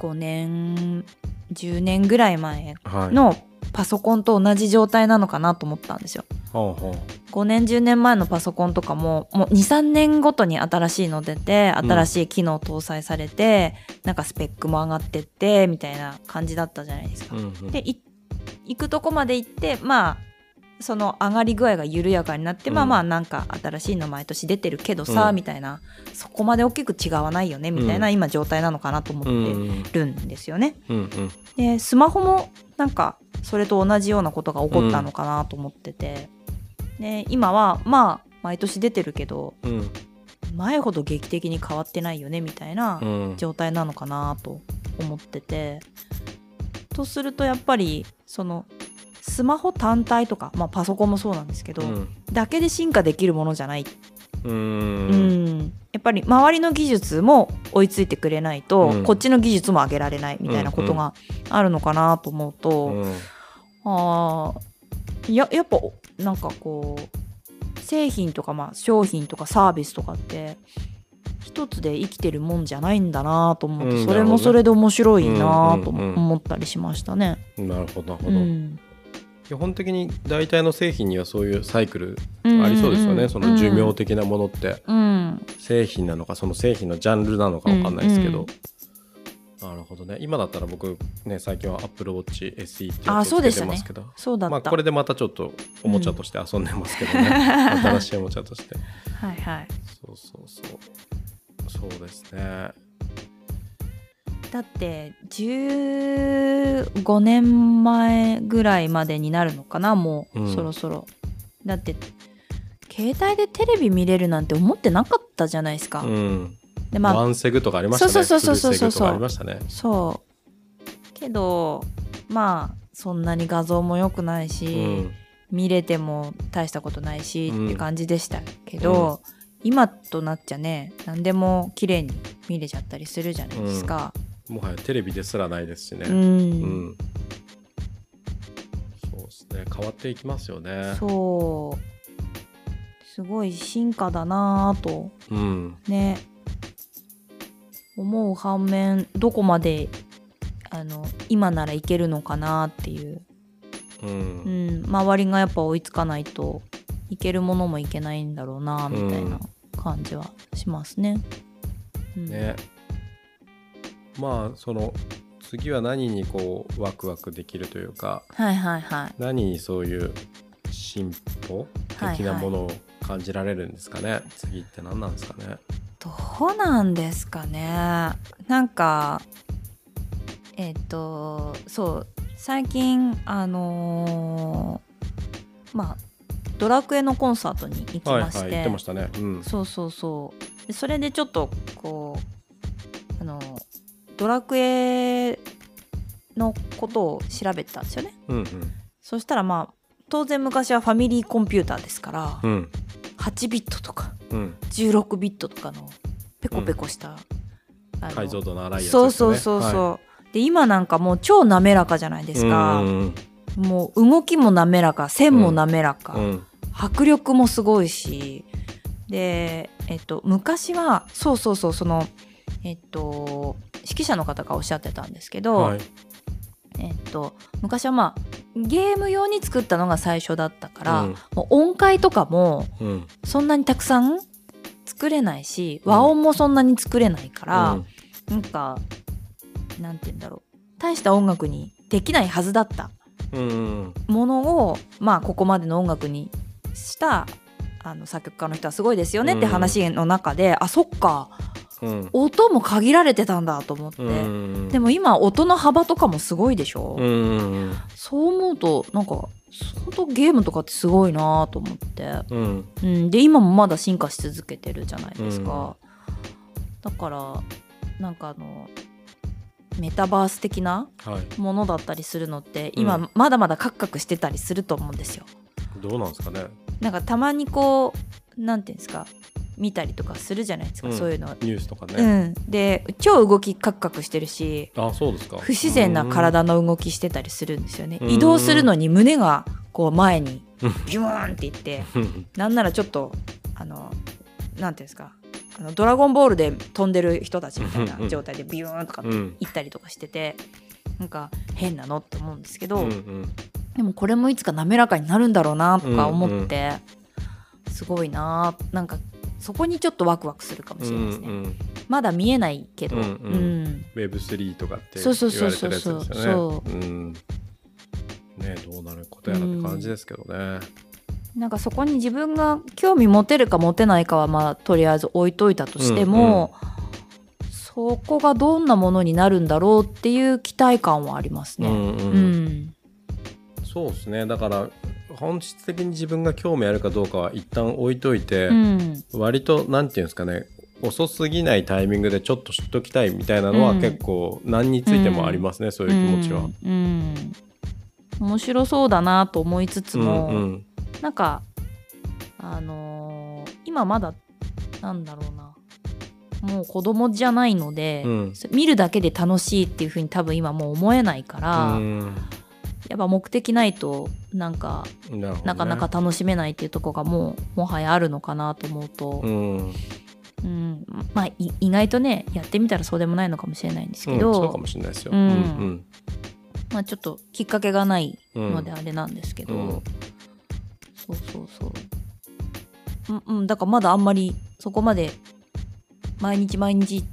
A: 5年10年ぐらい前
B: はい。
A: のパソコンと同じ状態なのかなと思ったんですよ
B: ほうほ
A: 5年10年前のパソコンとかももう23年ごとに新しいの出て
B: うん
A: 新しい機能搭載されて、なんかスペックも上がってってみたいな感じだったじゃないですか
B: う。う。んうん、
A: でい行くとこまで行ってまあその上がり具合が緩やかになって、
B: うん
A: まあまあなんか新しいの毎年出てるけどさ、
B: うん
A: みたいなそこまで大きく違わないよねみたいな、
B: う
A: 今状態なのかなと思
B: うんう
A: ってる
B: ん
A: んですよね。
B: うんうん。
A: でスマホもなんかそれと同じようなことが起こったのかなと思ってて、で今はまあ毎年出てるけど
B: うん
A: 前ほど劇的に変わってないよねみたいな
B: うん。
A: 状態なのかなと思っててとするとやっぱりそのスマホ単体とか、まあ、パソコンもそうなんですけど、だけで進化できるものじゃない、
B: う。
A: うんんやっぱり周りの技術も追いついてくれないと、
B: うん
A: こっちの技術も上げられないみたいなことがあるのかなと思うと、
B: うん。
A: あーややっぱおなんかこう製品とかまあ商品とかサービスとかって一つで生きてるもんじゃないんだなと思って、
B: うん
A: それ
B: なるほど
A: も
B: ね
A: それで面白いなと
B: うんうんうん
A: 思ったりしましたね。
B: なるほど、なるほ
A: う
B: ど。
A: ん
B: 基本的に大体の製品にはそういうサイクル
A: うん
B: ありそうですよね、
A: うん
B: その寿命的なものって
A: うん
B: 製品なのかその製品のジャンルなのかわかんないですけど、
A: うん
B: なるほどね今だったら僕ね最近は AppleWatchSE っていう
A: あ
B: や
A: ー
B: つ
A: そ
B: を
A: うで
B: つ
A: した
B: け
A: ね
B: てますけど、
A: そうだった、
B: まあこれでまたちょっとおもちゃとして遊んでますけど ね、新しいおもちゃとして
A: はいはい
B: そうそうそうそうですね
A: だって15年前ぐらいまでになるのかなもう、
B: うん
A: そろそろだって携帯でテレビ見れるなんて思ってなかったじゃないですか、
B: うん、
A: でまあ
B: ワンセグとかありましたね
A: そうそうそうそうそうそう
B: フルセグとかありましたね
A: そうけどまあそんなに画像も良くないし、見れても大したことないし、
B: うん
A: って感じでしたけど、今となっちゃね何でも綺麗に見れちゃったりするじゃないですか。
B: うん、もはやテレビですらないですしね、
A: うん、
B: うんそうですね変わっていきますよね
A: そうすごい進化だなぁと
B: うん
A: ね思う反面どこまであの今ならいけるのかなっていう
B: う
A: うんん、周りがやっぱ追いつかないといけるものもいけないんだろうなみたいな感じはしますね。うん
B: ねまあその次は何にこうワクワクできるというか
A: はいはいはい。
B: 何にそういう進歩的なものを感じられるんですかね、次って何なんですかね
A: どうなんですかねなんかえっ、とそう最近あのーまあドラクエのコンサートに行き
B: はいは
A: ま
B: い
A: して、
B: 言ってましたねうん
A: そうそうそうでそれでちょっとこうあのドラクエのことを調べてたんですよね
B: うん
A: そしたらまあ当然昔はファミリーコンピューターですから、
B: うんうん
A: 8ビットとか
B: うん
A: 16ビットとかのペコペコした、あの
B: 解像度の荒いやつです
A: そ
B: ね
A: うそうそうそう、
B: は
A: で今なんかもう超滑らかじゃないで
B: い
A: すか、
B: うんうん
A: もう動きも滑らか線も滑らか、
B: うんうん
A: 迫力もすごいしで、えっと、昔はそうそうそうそのえっと指揮者の方がおっしゃってたんですけど、
B: はい
A: えっと、昔はまあゲーム用に作ったのが最初だったから、
B: うん
A: もう音階とかも
B: うん
A: そんなにたくさん作れないし和音もそんなに作れないから、
B: うん
A: なんかなんて言うんだろう大した音楽にできないはずだった
B: うんうん
A: ものをまあここまでの音楽にしたあの作曲家の人はすごいですよねって話の中で、あそっか
B: うん
A: 音も限られてたんだと思って、
B: うん
A: でも今音の幅とかもすごいでしょ、
B: うんうん
A: そう思うとなんか相当ゲームとかってすごいなと思って、
B: うんうん
A: うん、で今もまだ進化し続けてるじゃないですか、だからなんかあのメタバース的な
B: はい
A: ものだったりするのって
B: う
A: 今まだまだカクカクしてたりすると思うんですよ。
B: どうなんですかね
A: なんかたまにこうなんていうんですか見たりとかするじゃないですか、
B: うん
A: そういうのは。
B: ニュースとか
A: う
B: ね
A: ん、で超動きカクカクしてるし
B: あそうですか
A: 不自然な体の動きしてたりするんですよね。
B: うん
A: 移動するのに胸がこう前に
B: うん
A: ビューンっていって
B: うん
A: なんならちょっとあのなんていうんですかあのドラゴンボールで飛んでる人たちみたいな状態でビューンとか
B: うん
A: 行ったりとかしててなんか変なのって思うんですけど。
B: うんうん
A: でもこれもいつか滑らかになるんだろうなとか思って、すごいななんかそこにちょっとワクワクするかもしれないですね、
B: うんうん
A: まだ見えないけど、
B: う
A: うんん
B: うん Web3 とかって言
A: そ
B: わ
A: うそう
B: れてる
A: そう
B: やつ
A: そう
B: ですよね。
A: そ
B: うんねどうなることやらって感じですけどね。
A: なんかそこに自分が興味持てるか持てないかはまあとりあえず置いといたとしても、そこがどんなものになるんだろうっていう期待感はあります
B: う
A: ね。
B: んう
A: うんん、
B: そうですねだから本質的に自分が興味あるかどうかは一旦置いといて、
A: うん
B: 割となんていうんですかね遅すぎないタイミングでちょっと知っときたいみたいなのは
A: うん
B: 結構何についてもありますね、そういう気持ちは。
A: うんうん面白そうだなと思いつつも、
B: うんうん
A: なんかあのー今まだなんだろうなもう子供じゃないので、
B: うん
A: そ見るだけで楽しいっていう風に多分今もう思えないから、
B: うん
A: やっぱ目的ないとなんか
B: なるほどね
A: なかなか楽しめないっていうとこがもうもはやあるのかなと思うと
B: う、ん
A: うんまあい意外とねやってみたらそうでもないのかもしれないんですけ
B: う
A: ど、
B: んそうかもしれないですよ。
A: うん
B: うん
A: まあ、ちょっときっかけがない
B: うん
A: のであれなんですけど、
B: うん
A: そうそうそううんうんだからまだあんまりそこまで毎日毎日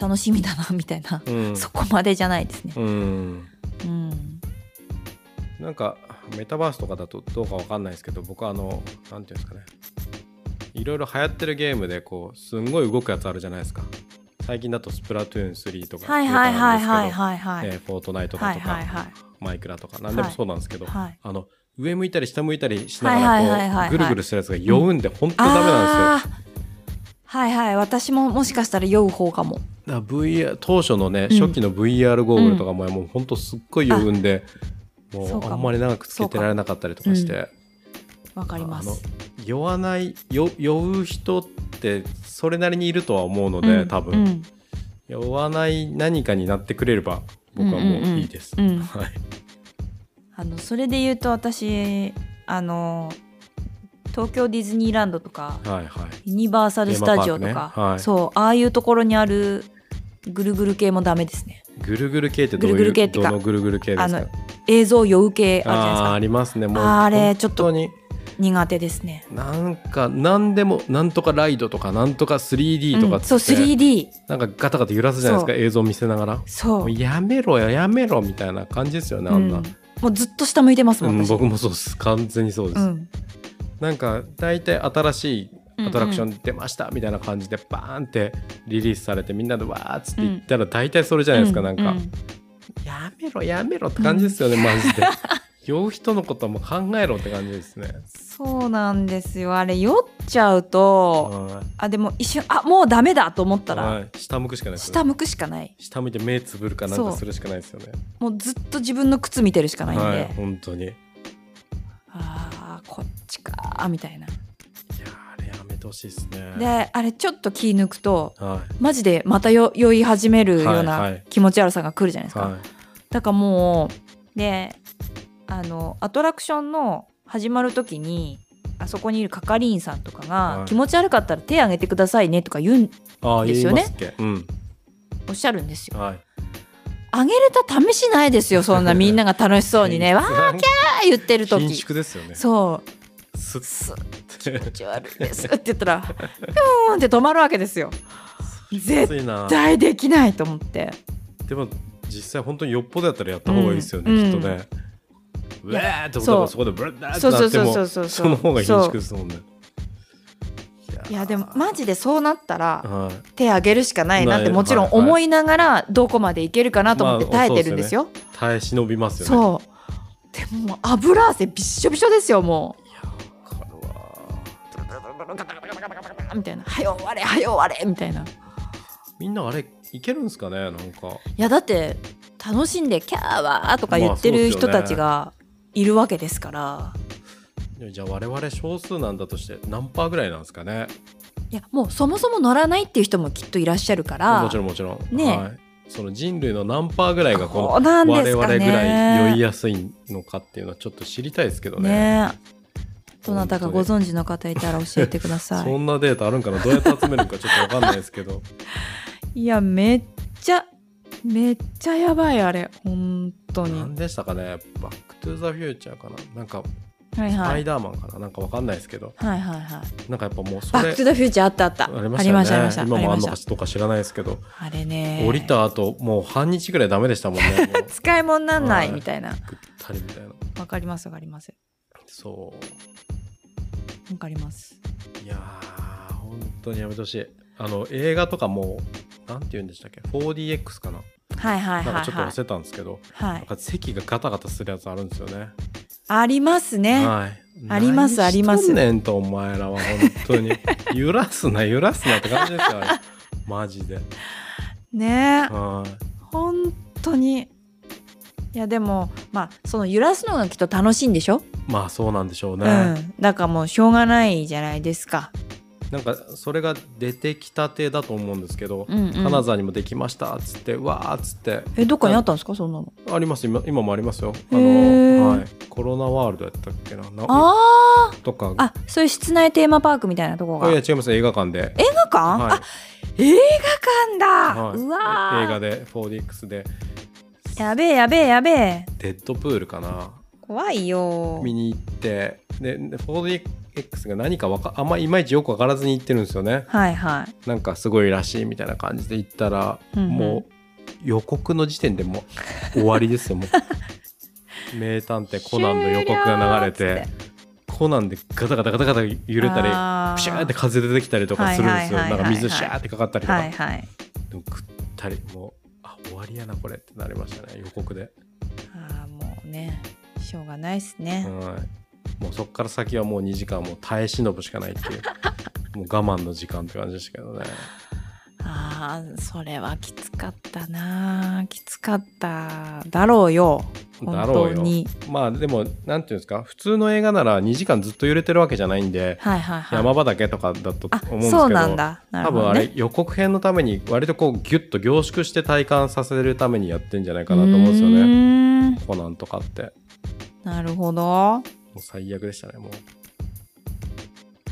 A: 楽しみだなみたいな、
B: うん
A: そこまでじゃないですね
B: うん
A: うん
B: なんかメタバースとかだとどうかわかんないですけど僕はあのなんていうんですかねいろいろ流行ってるゲームでこうすんごい動くやつあるじゃないですか最近だとスプラトゥーン3とか
A: はいはいはいはい
B: い
A: はいはい、
B: フォートナイトだ
A: はい
B: と
A: はい
B: か
A: はい
B: マイクラとか何でもそうなんですけど、
A: はい
B: あの上向いたり下向いたりしなが
A: はいはいはいはい
B: ら
A: は
B: こ
A: いう
B: ぐるぐるするやつが酔うんで本当ダメなんですよ。
A: ですよはいはい私ももしかしたら酔う方かも
B: だから VR 当初のね
A: うん
B: 初期の VR ゴーグルとかももう本当すっごい酔うんで、
A: そ
B: も
A: う
B: う
A: か
B: あ
A: も
B: んまり長くつけてられなかったりとかして。
A: そうわかります
B: あの酔わない酔酔う人ってそれなりにいるとは思うので、
A: うん
B: 多
A: う
B: 分、
A: ん
B: 酔わない何かになってくれれば僕はもういいです、
A: うんうんうんうん
B: はい
A: あのそれで言うと私あの東京ディズニーランドとか
B: はいはい
A: ユニバーサル・スタジオと
B: テーマ
A: か
B: パー、クねはい
A: そうああいうところにあるぐるぐる系もダメですね
B: ぐるぐる系ってどういう
A: ぐるぐる系ってか
B: どのぐるぐる系ですか
A: あの映像酔う系あるじゃ
B: あー
A: な
B: あ
A: い
B: りますねもう
A: あれちょっと
B: 本当に
A: ですか苦手ですね、
B: なんか何でもなんとかライドとかなんとか 3D とか
A: う
B: っ
A: ん
B: つ
A: そう
B: って、
A: 3D
B: なんかガタガタ揺らすじゃないですか
A: そ
B: 映像見せながら
A: そ
B: も
A: う
B: うやめろよやめろみたいな感じですよねあんな、
A: うんもうずっと下向いてます
B: う
A: もん
B: ん
A: 私
B: 僕もそうです完全にそうです、
A: うん
B: なんか大体新しいアトラクショ
A: うん
B: ン出ましたみたいな感じでバーンってリリースされてみんなでわーっつって言ったら大体それじゃないですか、なんか、
A: うん
B: やめろやめろって感じですよね、マジで 酔う人のことはもう考えろって感じですね。
A: そうなんですよあれ酔っちゃうと
B: はい
A: あでも一瞬あもうダメだと思ったら
B: はい下向くしかないですよ
A: 下
B: ね。
A: 向くしかない
B: 下向いて目つぶるかなん
A: そ
B: か
A: う
B: するしかないですよね。
A: もうずっと自分の靴見てるしかないんで、
B: はい、本当に。いや
A: あーこっちかーみたいな
B: ーあれやめてほしいですね。
A: であれちょっと気抜くと
B: は
A: マジでまたよ酔い始めるよう
B: はい
A: な
B: はい
A: 気持ち悪さが来るじゃないで
B: い
A: すか、
B: は
A: だからもうであのアトラクションの始まる時にあそこにいる係員さんとかが、
B: はい
A: 気持ち悪かったら手挙げてくださいねとか言うん
B: い。ああ
A: で
B: 言
A: す
B: い
A: よ
B: ま
A: ね
B: すっけ。うん。
A: おっしゃるんですよ
B: はい。
A: 挙げれた試しないですよそんなみんなが楽しそうに ねわー
B: ーキ
A: ー言ってる
B: 緊
A: 時
B: 縮ですよね。
A: そう
B: すっ
A: 「す気
B: て。
A: 持ち悪いです」って言ったら「うーん」って止まるわけですよ。絶
B: 熱いな。
A: 対できないと思って
B: でも実際本当によっぽどやったらやった方がいいですよね、
A: うん
B: きっとね。う
A: いや
B: わーってこと
A: そ
B: は
A: う
B: そこでブラッーって
A: そう
B: な
A: そう
B: って
A: そうそう
B: も
A: そう
B: その方が
A: そ
B: 貧
A: う
B: 縮ですもんね。
A: いやでもマジでそうなったら
B: はい
A: 手あげるしかないなっ
B: な
A: て
B: い
A: もちろん
B: はいはい
A: 思いながらどこまでいけるかなと思って
B: まあ
A: 耐えてるんですよ。
B: 耐え忍びますよね。
A: そうでももう油汗びっしょびしょですよもう。
B: わかるわ
A: みたいな「はよ終われはよ終われ」みたいな。い
B: みんなあれいけるんですかねなんか。
A: やだって楽しんで「キャーわー」とか言って
B: まあそう
A: る
B: ですよ
A: 人
B: ね
A: たちがいるわけですから、
B: じゃあ我々少数なんだとして何パーぐらいなんですかね。
A: いやもうそもそも乗らないっていう人もきっといらっしゃるから
B: もちろんもちろん。
A: ね
B: はいその人類の何パーぐらいがこの
A: そうなんで
B: 我
A: す
B: 々
A: かね
B: ぐらい酔いやすいのかっていうのはちょっと知りたいですけどね。
A: ねえどなたかご存知の方いたら教えてくださ
B: そんなデータあるんかなどうやって集めるのかちょっとわかんないですけ ど。
A: いいやめっちゃめっちゃやばいあれ本当に
B: 何でしたかねバックトゥーザフューチャーかななんか、
A: はい
B: ス
A: は
B: パイ
A: い
B: ダーマンかななんかわかんないですけど、
A: はいはいはい
B: なんかやっぱもうそ
A: バッ
B: れ
A: ク・トゥ・ザ・フューチャーあったあった
B: あ
A: あ
B: り
A: り
B: ま
A: ま
B: し
A: したたあり
B: よね。
A: ましたあ
B: 今
A: り
B: も
A: ま
B: あん
A: し
B: の
A: た
B: かどうか知らないですけど、
A: あれね
B: 降りた後もう半日ぐらいダメでし たもんね。もうぐっ
A: 使い物になんない
B: はい
A: みたいな
B: たりみたいな。
A: わかりますわかります
B: そう。
A: わかります
B: いやー、本当にやめてほしい。あの、映画とかもう、なんて言うんでしたっけ ?4DX かな
A: はいはい
B: なん
A: は
B: か
A: い
B: ちょっと
A: は
B: 忘
A: い
B: れたんですけど、
A: はい
B: なんか席がガタガタするやつあるんですよね。
A: ありますね
B: はい、
A: ありますあります
B: 何しとんねんとお前らは本当に揺らすな揺らすなって感じです よあれマジで。
A: ねえ
B: はい
A: 本当にいやでもまあその揺らすのがきっと楽しいんでしょ
B: まあそうなんでしょうね。
A: うん、だからもうしょうがないじゃないですか。
B: なんかそれが出てきたてだと思うんですけど、
A: うんうん
B: 金沢にもできましたっつってわーっつって
A: えどっかにあったんですかそんなの。
B: あります今今もありますよ。あ
A: へー
B: のはいコロナワールドやったっけなな
A: あ
B: とか
A: ああそういう室内テーマパークみたいなとこが。
B: いや
A: 映
B: 違います映画館で。
A: 画館、
B: はい
A: あ映画館だ、
B: はいう
A: わー
B: 映画で 4DX で
A: やべえやべえやべえ
B: デッドプールかな
A: 怖いよ
B: 見に行ってでで 4DX が何かわかあんまいまいちよく分からずに行ってるんですよね
A: はいはい。
B: なんかすごいらしいみたいな感じで行ったら、
A: うんうん
B: もう予告の時点でもう終わりで すよもう名探偵コナンの予告が流れ
A: 終了
B: て
A: っつっ
B: コナンでガタガタガタガタ揺れたり
A: あー
B: プシャーって風出てきたりとかするんですよ
A: はいはいはいはい
B: なんか水シャーってかかったりとか、
A: はいはい。
B: でもぐったりもうあ終わりやなこれってなりましたね予告で、
A: ああもうねしょうがないっすね。
B: はい、もうそこから先はもう2時間もう耐え忍ぶしかないって いうもう我慢の時間って感じでしたけどね
A: ああそれはきつかったなきつかっただろうよ
B: だ
A: 本
B: ろ
A: 当
B: うよ
A: に。
B: まあでもなんていうんですか普通の映画なら2時間ずっと揺れてるわけじゃないんで、
A: はいはいはい。
B: 山場だけとかだと
A: あ
B: 思うんですけど
A: そうなんだ。なる
B: 多
A: ほ
B: 分
A: ど
B: あれ
A: ね、
B: 予告編のために割とこうギュッと凝縮して体感させるためにやってんじゃないかなと思うんですよ
A: う
B: ね
A: ーん
B: コナンとかっても
A: なるほど。
B: う最悪でしたねもう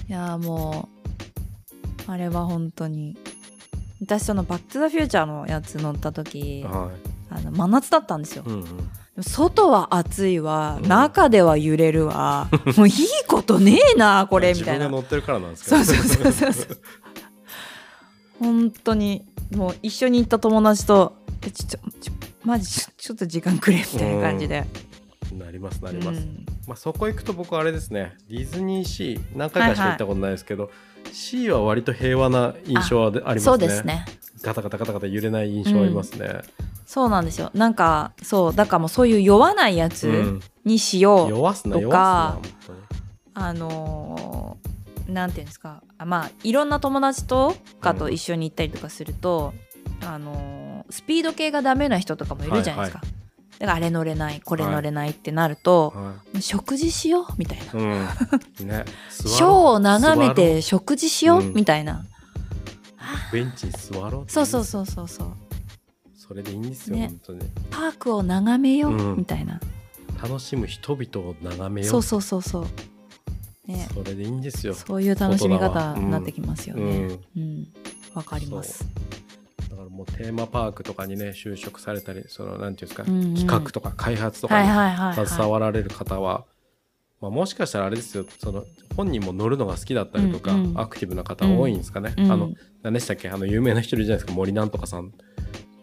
A: いやーもうあれは本当に私その「バック・トゥ・ザ・フューチャー」のやつ乗った時あ
B: は
A: の真夏だったんですよ
B: い、う。んうん、
A: でも外は暑いわ
B: うん
A: 中では揺れる わもういいことねえなこれみ
B: 自
A: たい
B: 分が
A: な
B: 乗ってるからなんですけど
A: そうそうそうそう本当にもう一緒に行った友達と「えちょっとちょマジちょちょっと時間くれ」みたいな感じで。
B: なりますなります、
A: うん
B: まあ、そこ行くと僕あれですねディズニーシー何回かしか行ったことないですけど、シーは割と平和な印象はでありますね
A: そうですね。
B: ガタガタガタガタ揺れない印象ありますね、
A: そうなんですよなんかそうだからもうそういう酔わないや
B: う
A: つ
B: ん、
A: にしよう、
B: 弱すな
A: と
B: 弱すな
A: か
B: 本当に
A: あのーなんていうんですかあまあいろんな友達とかと一緒に行ったりとかすると、あのースピード系がダメな人とかもいるじゃないですか、だからあれ乗れないこれ乗れないってなると、
B: は、
A: 食事しようみたいない
B: うんね
A: ショーを眺め
B: 座ろう
A: て食事しよう、
B: うん
A: みたいな
B: ベンチに座ろう
A: そうそうそ
B: そ
A: うそうそう
B: それでいいんですよ、
A: ね
B: 本当に
A: パークを眺めよう、
B: うん
A: みたいな
B: 楽しむ人々を眺めよう
A: そうそうそうそうね
B: それでいいんですよ
A: そういう楽しみ
B: 大人は
A: 方
B: うん
A: になってきますよ
B: う
A: ね
B: ん
A: うんわ、かります
B: だからもうテーマパークとかにね就職されたりそのなんていうんですか、
A: うんうん
B: 企画とか開発と
A: はい
B: か
A: はいはい、
B: に携
A: は
B: わられる方は、まあ、もしかしたらあれですよその本人も乗るのが好きだったりとか、
A: うんうん
B: アクティブな方多いんですかね、
A: い、うん
B: あの何でしたっけあの有名な人いるじゃないですか森なんとかさん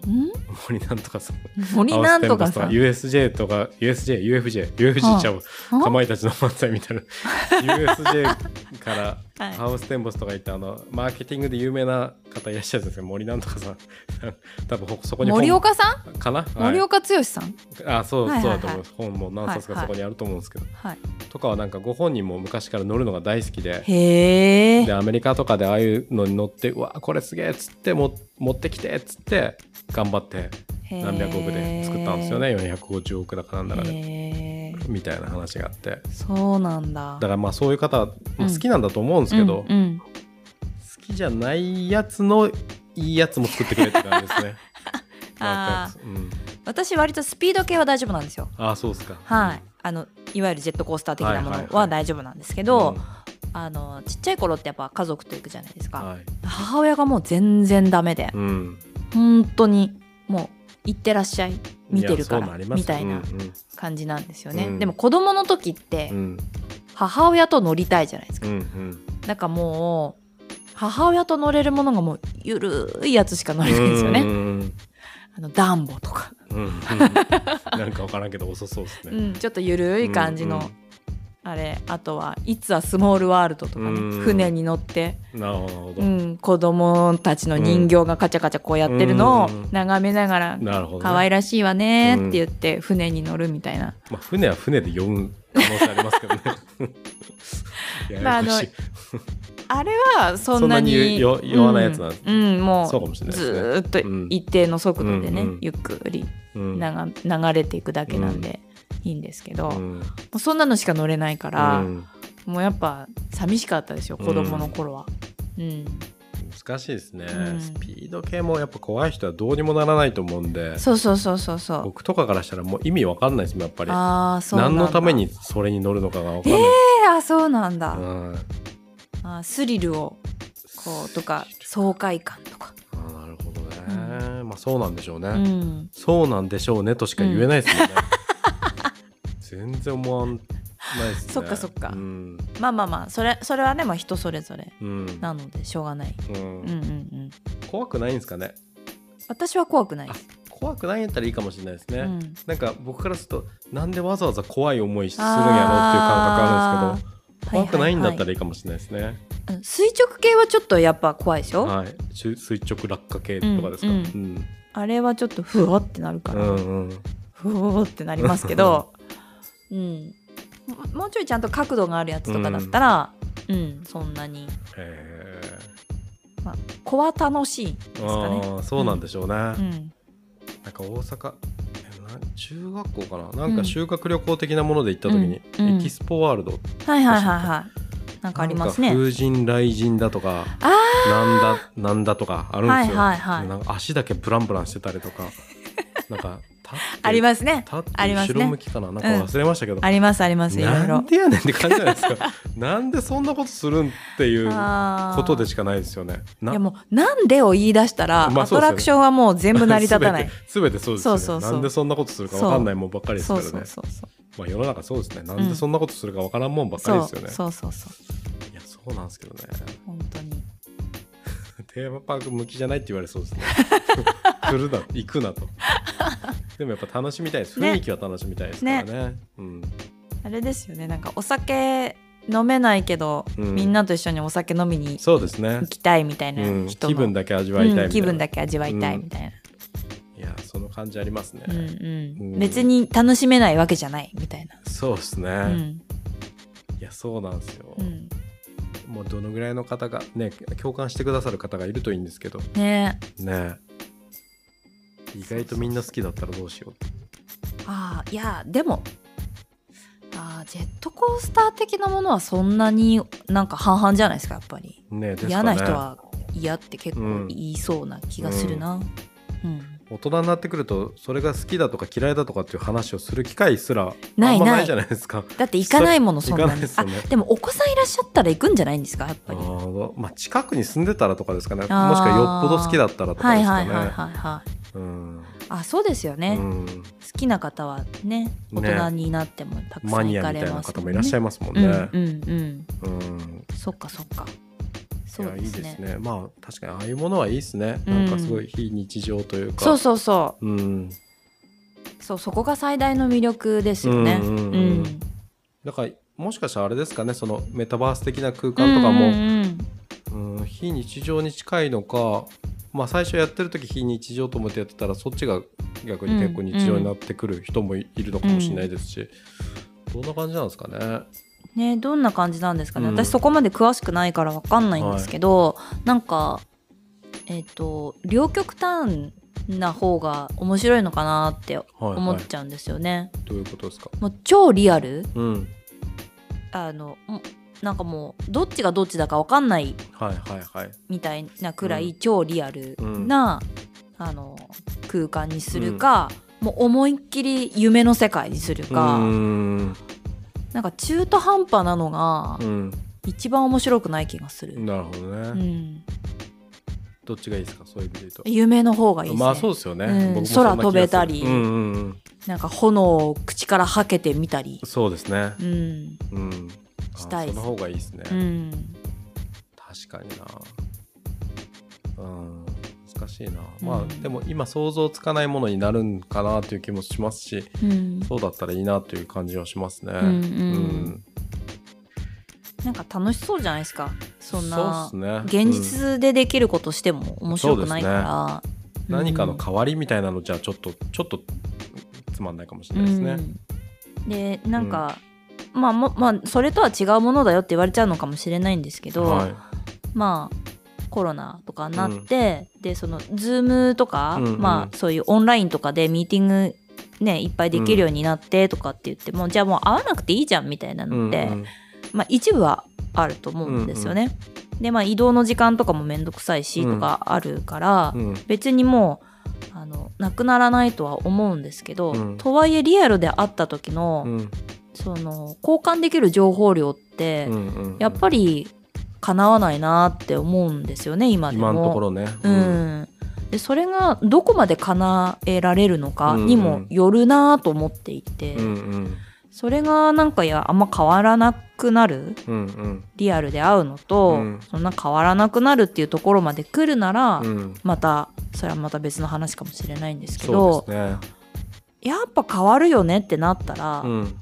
A: うん
B: 森なんとかさん
A: 森なんとかさ
B: ハウステンボス USJ とか USJUFJUFJ ちゃう、
A: あ
B: かまいたちの漫才み たいな USJ から
A: はい
B: ハウステンボスとか行ってあのマーケティングで有名な方いらっしゃるんですけど森なんとかさん 多分ほそこに
A: 森岡さ
B: かな、
A: ん、
B: はい
A: 森岡剛さん
B: あそう
A: はい
B: そう
A: はいは
B: だ
A: い
B: と思います、本も何冊か
A: はいは
B: そ
A: い
B: こにあると思うんですけど、
A: はい
B: とかはなんかご本人も昔から乗るのが大好きで
A: へ
B: で
A: え
B: アメリカとかでああいうのに乗ってうわこれすげえっつっても持ってきてっつって頑張って何百億で作ったんですよね450億だかなんだかで、
A: へえ
B: みたいな話があって
A: そうなんだ
B: だからまあそういう方は
A: う
B: まあ
A: ん
B: 好きなんだと思うんですけど、
A: うんうん
B: 好きじゃないやつのいいやつも作ってくれって感じですね
A: あ
B: まあうん
A: 私割とスピード系は大丈夫なんですよ
B: あそうですか
A: はいあのいわゆるジェットコースター的なも
B: はい
A: の
B: はいは
A: はい大丈夫なんですけ
B: け
A: ど、あのちっちゃい頃ってやっぱ家族と行くじゃないですか、
B: はい
A: 母親がもう全然ダメで、
B: うん、
A: 本当にもう行ってらっしゃい見てるから
B: やそうなります
A: みたいな
B: うん
A: 感じなんですよね、
B: うん
A: でも子供の時って
B: うん
A: 母親と乗りたいじゃないです
B: う
A: か、
B: んうん
A: なんかもう母親と乗れるものがもうゆるいやつしか乗
B: う
A: れないんですよね、
B: んうん
A: あのダンボとか、
B: うんうんなんかわからんけど遅そうです
A: う
B: ね、
A: ん、ちょっとゆるい感じ
B: うん
A: のあれあとはいつはスモールワールドとかね、
B: うん
A: 船に乗って、
B: うんなるほど、
A: うん、子供たちの人形がカチャカチャこうやってるのを
B: うん
A: 眺めながら
B: なるほど、ね、
A: 可愛らしいわねって言って船に乗るみたいな、
B: まあ、船は船で呼ぶ可能性あります けどね。や
A: まああ
B: や
A: の
B: こしい
A: あれはそんなに
B: そんなによ酔わないやつなんです
A: うん、うんも
B: そうかもしれ
A: う
B: ない
A: ず
B: ですね
A: ーっと
B: うん
A: 一定の速度でね、
B: うんうん
A: ゆっくり
B: うん
A: なが流れていくだけなんでいいんですけど、
B: う
A: も
B: ん
A: うそんなのしか乗れないから、
B: うん
A: もうやっぱ寂しかったですよ子供の頃は。うん
B: 難しいですね、
A: うん
B: スピード系もやっぱ怖い人はどうにもならないと思うんで
A: そうそうそうそうそう。
B: 僕とかからしたらもう意味わかんないですもんやっぱり
A: ああそうなん
B: 何
A: だ。
B: のためにそれに乗るのかがわかん
A: え
B: ない、
A: ー、あそうなんだ。
B: うん
A: あースリルをこうとか爽快感とか。
B: あーなるほどね、まあそうなんでしょうね、
A: うん、
B: そうなんでしょうねとしか言えないですもんね、 全然思わないですね
A: そっかそっか
B: うん、
A: まあまあまあそれそれはね、まあ、人それぞれ
B: うん
A: なのでしょうがない。
B: うん
A: うんうんうん、
B: 怖くないんですかね
A: 私は怖くないです。
B: 怖くないんやったらいいかもしれないですね、
A: うん
B: なんか僕からするとなんでわざわざ怖い思いするんやろっていう感覚あるんですけど怖くないんだった
A: ら、
B: らいいかもしれないですね
A: あの垂直系はちょっとやっぱ怖いでしょ、
B: はい、垂垂直落下系とかですか、う
A: うん
B: ん
A: あれはちょっとふわってなるか
B: う
A: ら、
B: んうん
A: ふわってなりますけ ど、うん、ももうちょいちゃんと角度があるやつとかだったら、うんそんなに
B: へ
A: 子は楽しいです
B: ー
A: かね。
B: あーそうなんでしょうね、
A: うん、
B: なんか大阪えな中学校かななんか修学旅行的なもので行った時に、
A: うんうん
B: エキスポワールド
A: はいはいはいはい。なんかあります
B: な
A: ね
B: ん。か風神雷神だとか
A: あ
B: なんだなんだとかあるんですよ、
A: はいはいはい
B: なんか足だけブランブランしてたりとかなんか立って
A: ありますね。
B: 立って
A: あります
B: 後
A: ね
B: ろ向きかな、なんか忘れましたけど、
A: ありますありますいろい
B: な
A: ろ
B: ん。でやねんって感じじゃないです かなんでそんなことするんっていうこ
A: こと
B: でしかないですよねない
A: やもうなんでを言い出したら、
B: まあ
A: ア
B: そうですよね
A: トラクションはもう全部成り立た ない。
B: すべてそうですよね
A: そうそうそう
B: なんでそんなことするかわかんないもんばっかりですか
A: そ
B: ら
A: う
B: ね
A: そうそうそう。
B: まあ、世の中そうですねなんでそんなことするかわからんもんばっかり
A: そ
B: で
A: う
B: すよね、
A: そうそうそう。
B: いやそうなんですけどね
A: 本当に。
B: テーマパーク向きじゃないって言われそ うですね来るな行くなとでもやっぱ楽しみたいです
A: ね
B: 雰囲気は楽しみたいですからねうん、
A: あれですよね。なんかお酒飲めないけど、
B: うん
A: みんなと一緒にお酒飲みに
B: そうですね
A: 行きたいみたいな
B: うん、
A: 人の、
B: 気分だけ味わいたいみたいな、
A: うん気分だけ味わいたいみたいな。
B: いやその考感じありますね、
A: うんう
B: うん
A: ん、別に楽しめないわけじゃないみたいな。
B: そうですね、
A: うん
B: いやそうなんですよ、
A: うん、
B: もうどのぐらいの方がね共感してくださる方がいるといいんですけど
A: ね
B: ね意外とみんな好きだったらどうしよう
A: ああいやでもああジェットコースター的なものはそんなになんか半々じゃないですかやっぱり。
B: ねですかね
A: 嫌な人は嫌って結
B: うん
A: 構言いそうな気がするな。うん
B: 大人になってくるとそれが好きだとか嫌いだとかっていう話をする機会すら
A: ない
B: あんまな
A: ない
B: いじゃないですか
A: だって行かないものそん
B: 行
A: な
B: かない
A: に
B: で。す
A: あ
B: よね
A: でもお子さんいらっしゃったら行くんじゃないんですかやっ
B: あ
A: ぱり。
B: ーまあ近くに住んでたらとかですかねもしく
A: あー
B: はよっぽど好きだったらとか
A: は
B: で
A: い
B: す
A: は
B: か
A: い
B: ね、
A: はいはいはい。
B: うん、
A: あそうですよね、
B: う
A: 好
B: ん、
A: きな方はね大
B: ね
A: 人になってもたくさ
B: マ
A: ん行
B: ニア
A: か
B: み
A: れ
B: たいな
A: ます
B: 方もいらっしゃいますもん
A: ね。
B: ね
A: うんうんうん。
B: うん、
A: そっかそっか。
B: い
A: そう
B: やい
A: で
B: い
A: す
B: です
A: ね。
B: ねまあ確かにああいうものはいいですね、
A: うん
B: なんかすごい非日常というか
A: そうそうそ
B: うん、
A: うそうそこが最大の魅力ですよね。
B: うんうんうん
A: うん
B: だからもしかしたらあれですかねそのメタバース的な空間とかも、
A: うんうんうん
B: うん、非日常に近いのか、まあ、最初やってる時非日常と思ってやってたらそっちが逆に結構日常になってくる人もいいるのかもしれないですし、どんな感じなんですかね。
A: ねどんな感じなんですかね、
B: うん
A: 私そこまで詳しくないからわかんないんですけど、なんかえっ、と両極端な方が面白いのかなって
B: はい
A: 思
B: は
A: っ
B: い、
A: ちゃうんですよね。
B: どういうことですか、
A: もう超リアル
B: うん
A: あのもうなんかもうどっちがどっちだかわかんない
B: はいはいはい
A: みたいなくら
B: う
A: い超リアル
B: うん
A: な、あの空間にするか、もう思いっきり夢の世界にするか、
B: うーん
A: なんか中途半端なのが
B: うん
A: 一番面白くない気がする。
B: なるほどね、
A: うん
B: どっちがいいですかそういう意味で言うと。
A: 夢の方がいいですね、
B: まあそうですよね、
A: うん
B: 僕もそんな
A: 空
B: 気がする
A: 飛べたり
B: うんうんうん、
A: なんか炎を口から吐けてみたり、
B: そうですね
A: う、ん
B: うん、あ
A: したいです
B: その方がいいですね、
A: うん、
B: 確かになうん難しいな、
A: うん
B: まあでも今想像つかないものになるんかなという気もしますし
A: うん、
B: そうだったらいいなという感じはしますね、
A: んうんなんか楽しそうじゃないですかそんな
B: そうっすね
A: 現実でできることしても面白くないから、
B: うん何かの代わりみたいなのじゃちょっとちょっとつまんないかもしれないですね、
A: うんでなんか、まあもまあそれとは違うものだよって言われちゃうのかもしれないんですけど、
B: は
A: まあコロナとかになって、でその Zoom とか、
B: うんうん
A: まあ、そういうオンラインとかでミーティング、ね、いっぱいできるようになってとかって言っても、じゃあもう会わなくていいじゃんみたいないのって、
B: うんうん
A: まあ、一部はあると思うんですよね。で、まあ、移動の時間とかも面倒くさいし
B: うん
A: とかあるから、
B: うん
A: 別にもうあのなくならないとは思うんですけど、
B: うん
A: とはいえリアルで会った時の,、
B: うん
A: その交換できる情報量って、
B: うんうん
A: やっぱり叶わないなって思うんですよね今でも。
B: 今のところね、
A: う、ん、でそれがどこまで叶えられるのかに
B: うんう
A: も
B: ん
A: よるなと思っていて、
B: うんうん
A: それがなんかいやあんま変わらなくなる
B: うんうん
A: リアルで会うのと、
B: うん
A: そんな変わらなくなるっていうところまで来るなら、
B: うん
A: またそれはまた別の話かもしれないんですけ
B: そ
A: ど
B: うですね、
A: やっぱ変わるよねってなったら、
B: うん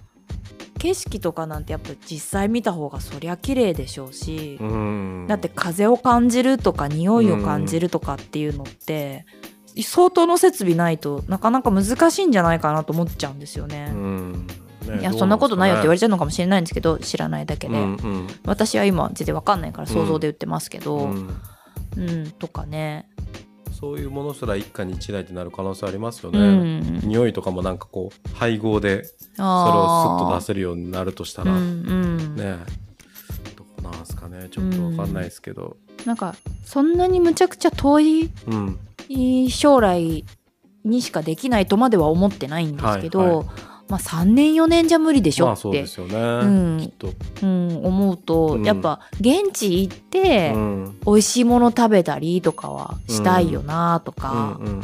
A: 景色とかなんてやっぱ実際見た方がそりゃ綺麗でしょうし。
B: うん、
A: だって風を感じるとか匂いを感じるとかっていうのって、相当の設備ないとなかなか難しいんじゃないかなと思っちゃうんですよね。
B: うんね
A: いやそんなことないよって言わ
B: どう
A: れちゃうのかもしれないんですけど知らないだけで、
B: なんですかねうんうん
A: 私は今全然わかんないから想像で言ってますけど、う
B: うんん
A: とかね
B: そういうものすら一家に一台ってなる可能性ありますよ
A: う
B: ね。
A: ん、
B: 匂いとかもなんかこう配合でそれをスッと出
A: あ
B: せるようになるとした
A: ー
B: ら、ね
A: うんうん
B: どうなんすかねちょっとわかんないですけど、
A: なんかそんなにむちゃくちゃ遠い
B: うん
A: 将来にしかできないとまでは思ってないんですけど、
B: はいは
A: まあ3年4年じゃ無理でしょ
B: まあ
A: って、
B: そうですよね、
A: ん
B: きっと、
A: うん、思うと、
B: うん
A: やっぱ現地行って、
B: うん
A: 美味しいもの食べたりとかはしたいよなと
B: うん
A: か、
B: うん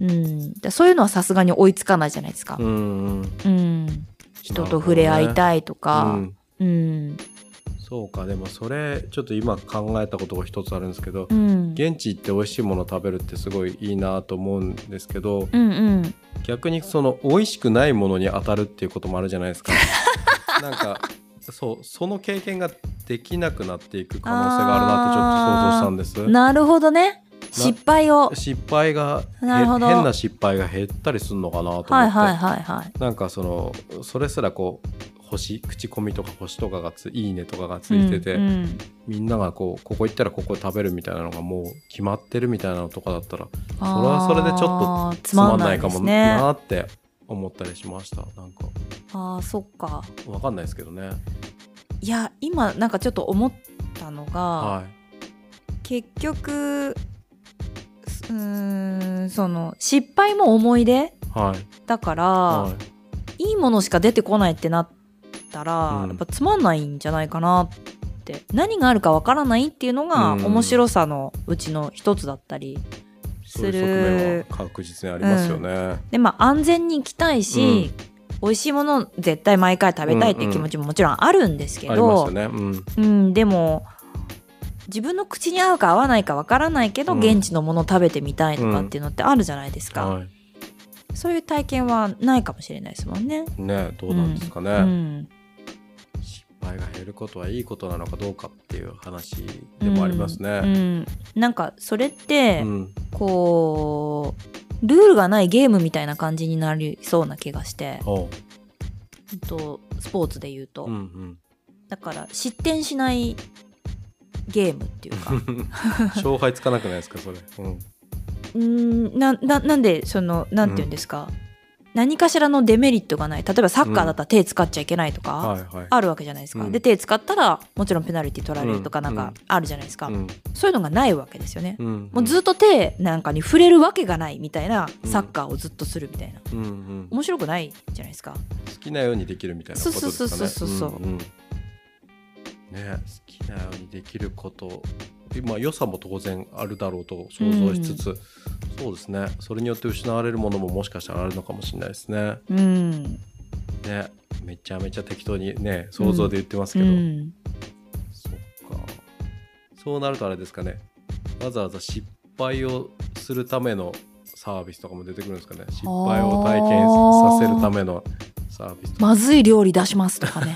A: うんだそういうのはさすがに追いつかないじゃないですか
B: う、んうんうん
A: うん人と触れ合い
B: い、
A: たいと
B: う
A: か、
B: ん
A: うん
B: そうかでもそれちょっと今考えたことが一つあるんですけど、
A: うん、
B: 現地行って美味しいもの食べるってすごいいいなと思うんですけど、
A: うんうん
B: 逆にその美味しくないものに当たるっていうこともあるじゃない ですかなんかそうその経験ができなくなっていく可能性があるなってちょっと想像したんです
A: なるほどね失敗を
B: 失敗がへ
A: なるほど
B: 変な失敗が減ったりするのかなと思って、
A: はいはいはいはい
B: なんかそのそれすらこう星口コミとか星とかがついいねとかがついてて、
A: うんうん
B: みんながこうここ行ったらここ食べるみたいなのがもう決まってるみたいなのとかだったら
A: そ
B: れはそれでちょっとつまんないかも
A: ね、
B: なーって思ったりしましたなんか
A: あーそっか
B: わかんないですけどね
A: いや今なんかちょっと思ったのが、
B: はい
A: 結局すうーんその失敗も思い出
B: はい
A: だから、、
B: はい
A: いものしか出てこないってなったら、
B: うん
A: やっぱつまんないんじゃないかなって何があるかわからないっていうのが
B: うん
A: 面白さのうちの一つだったり
B: い
A: す
B: そう
A: る
B: いう側面は確実にありますよね、
A: でまあ安全に行きたいし、美味しいもの絶対毎回食べたいっていう気持ちももちろんあるんですけ
B: ありますよ
A: ど、
B: ねうん
A: うん、でも自分の口に合うか合わないかわからないけど、
B: うん
A: 現地のもの食べてみたいとかっていうのってあるじゃないですか、
B: は
A: そういう体験はないかもしれないですもんね。
B: いねどうなんですかね、
A: うん
B: 失敗が減ることはいいことなのかどうかっていう話でもあります
A: う
B: ね。
A: ん、なんかそれっ
B: う
A: て、
B: ん、
A: こうルールがないゲームみたいな感じになりそうな気がして、
B: おう
A: うんと、スポーツで言うと、
B: うんうん、
A: だから失点しないゲームっていうか
B: 勝敗つかなくないですかそれ。うん、
A: うんなななんでそのなんて言うんですか、何かしらのデメリットがない例えばサッカーだったら手使っちゃいけないとか、
B: はいはい。
A: あるわけじゃないですか、
B: うん
A: で手使ったらもちろんペナルティ取られるとか
B: うん
A: なんかあるじゃないですか、
B: うん
A: そういうのがないわけですよね、
B: うん、
A: もうずっと手なんかに触れるわけがないみたいなサッカーをずっとするみたいな
B: うんうん、好
A: 面白くないじゃないですか
B: きなようにできるみたいなことですかね。
A: そうそうそうそうそうん
B: んね好きなようにできることまあ良さも当然あるだろうと想像しつつ、そうですねそれによって失われるものももしかしたらあるのかもしれないですね。
A: うん、
B: ねめちゃめちゃ適当にね想像で言ってます
A: う
B: けど。
A: ん、
B: そっか。そうなるとあれですかね。わざわざ失敗をするためのサービスとかも出てくるんですかね。失敗を体験させるためのサービスとか。
A: まずい料理出しますとか ね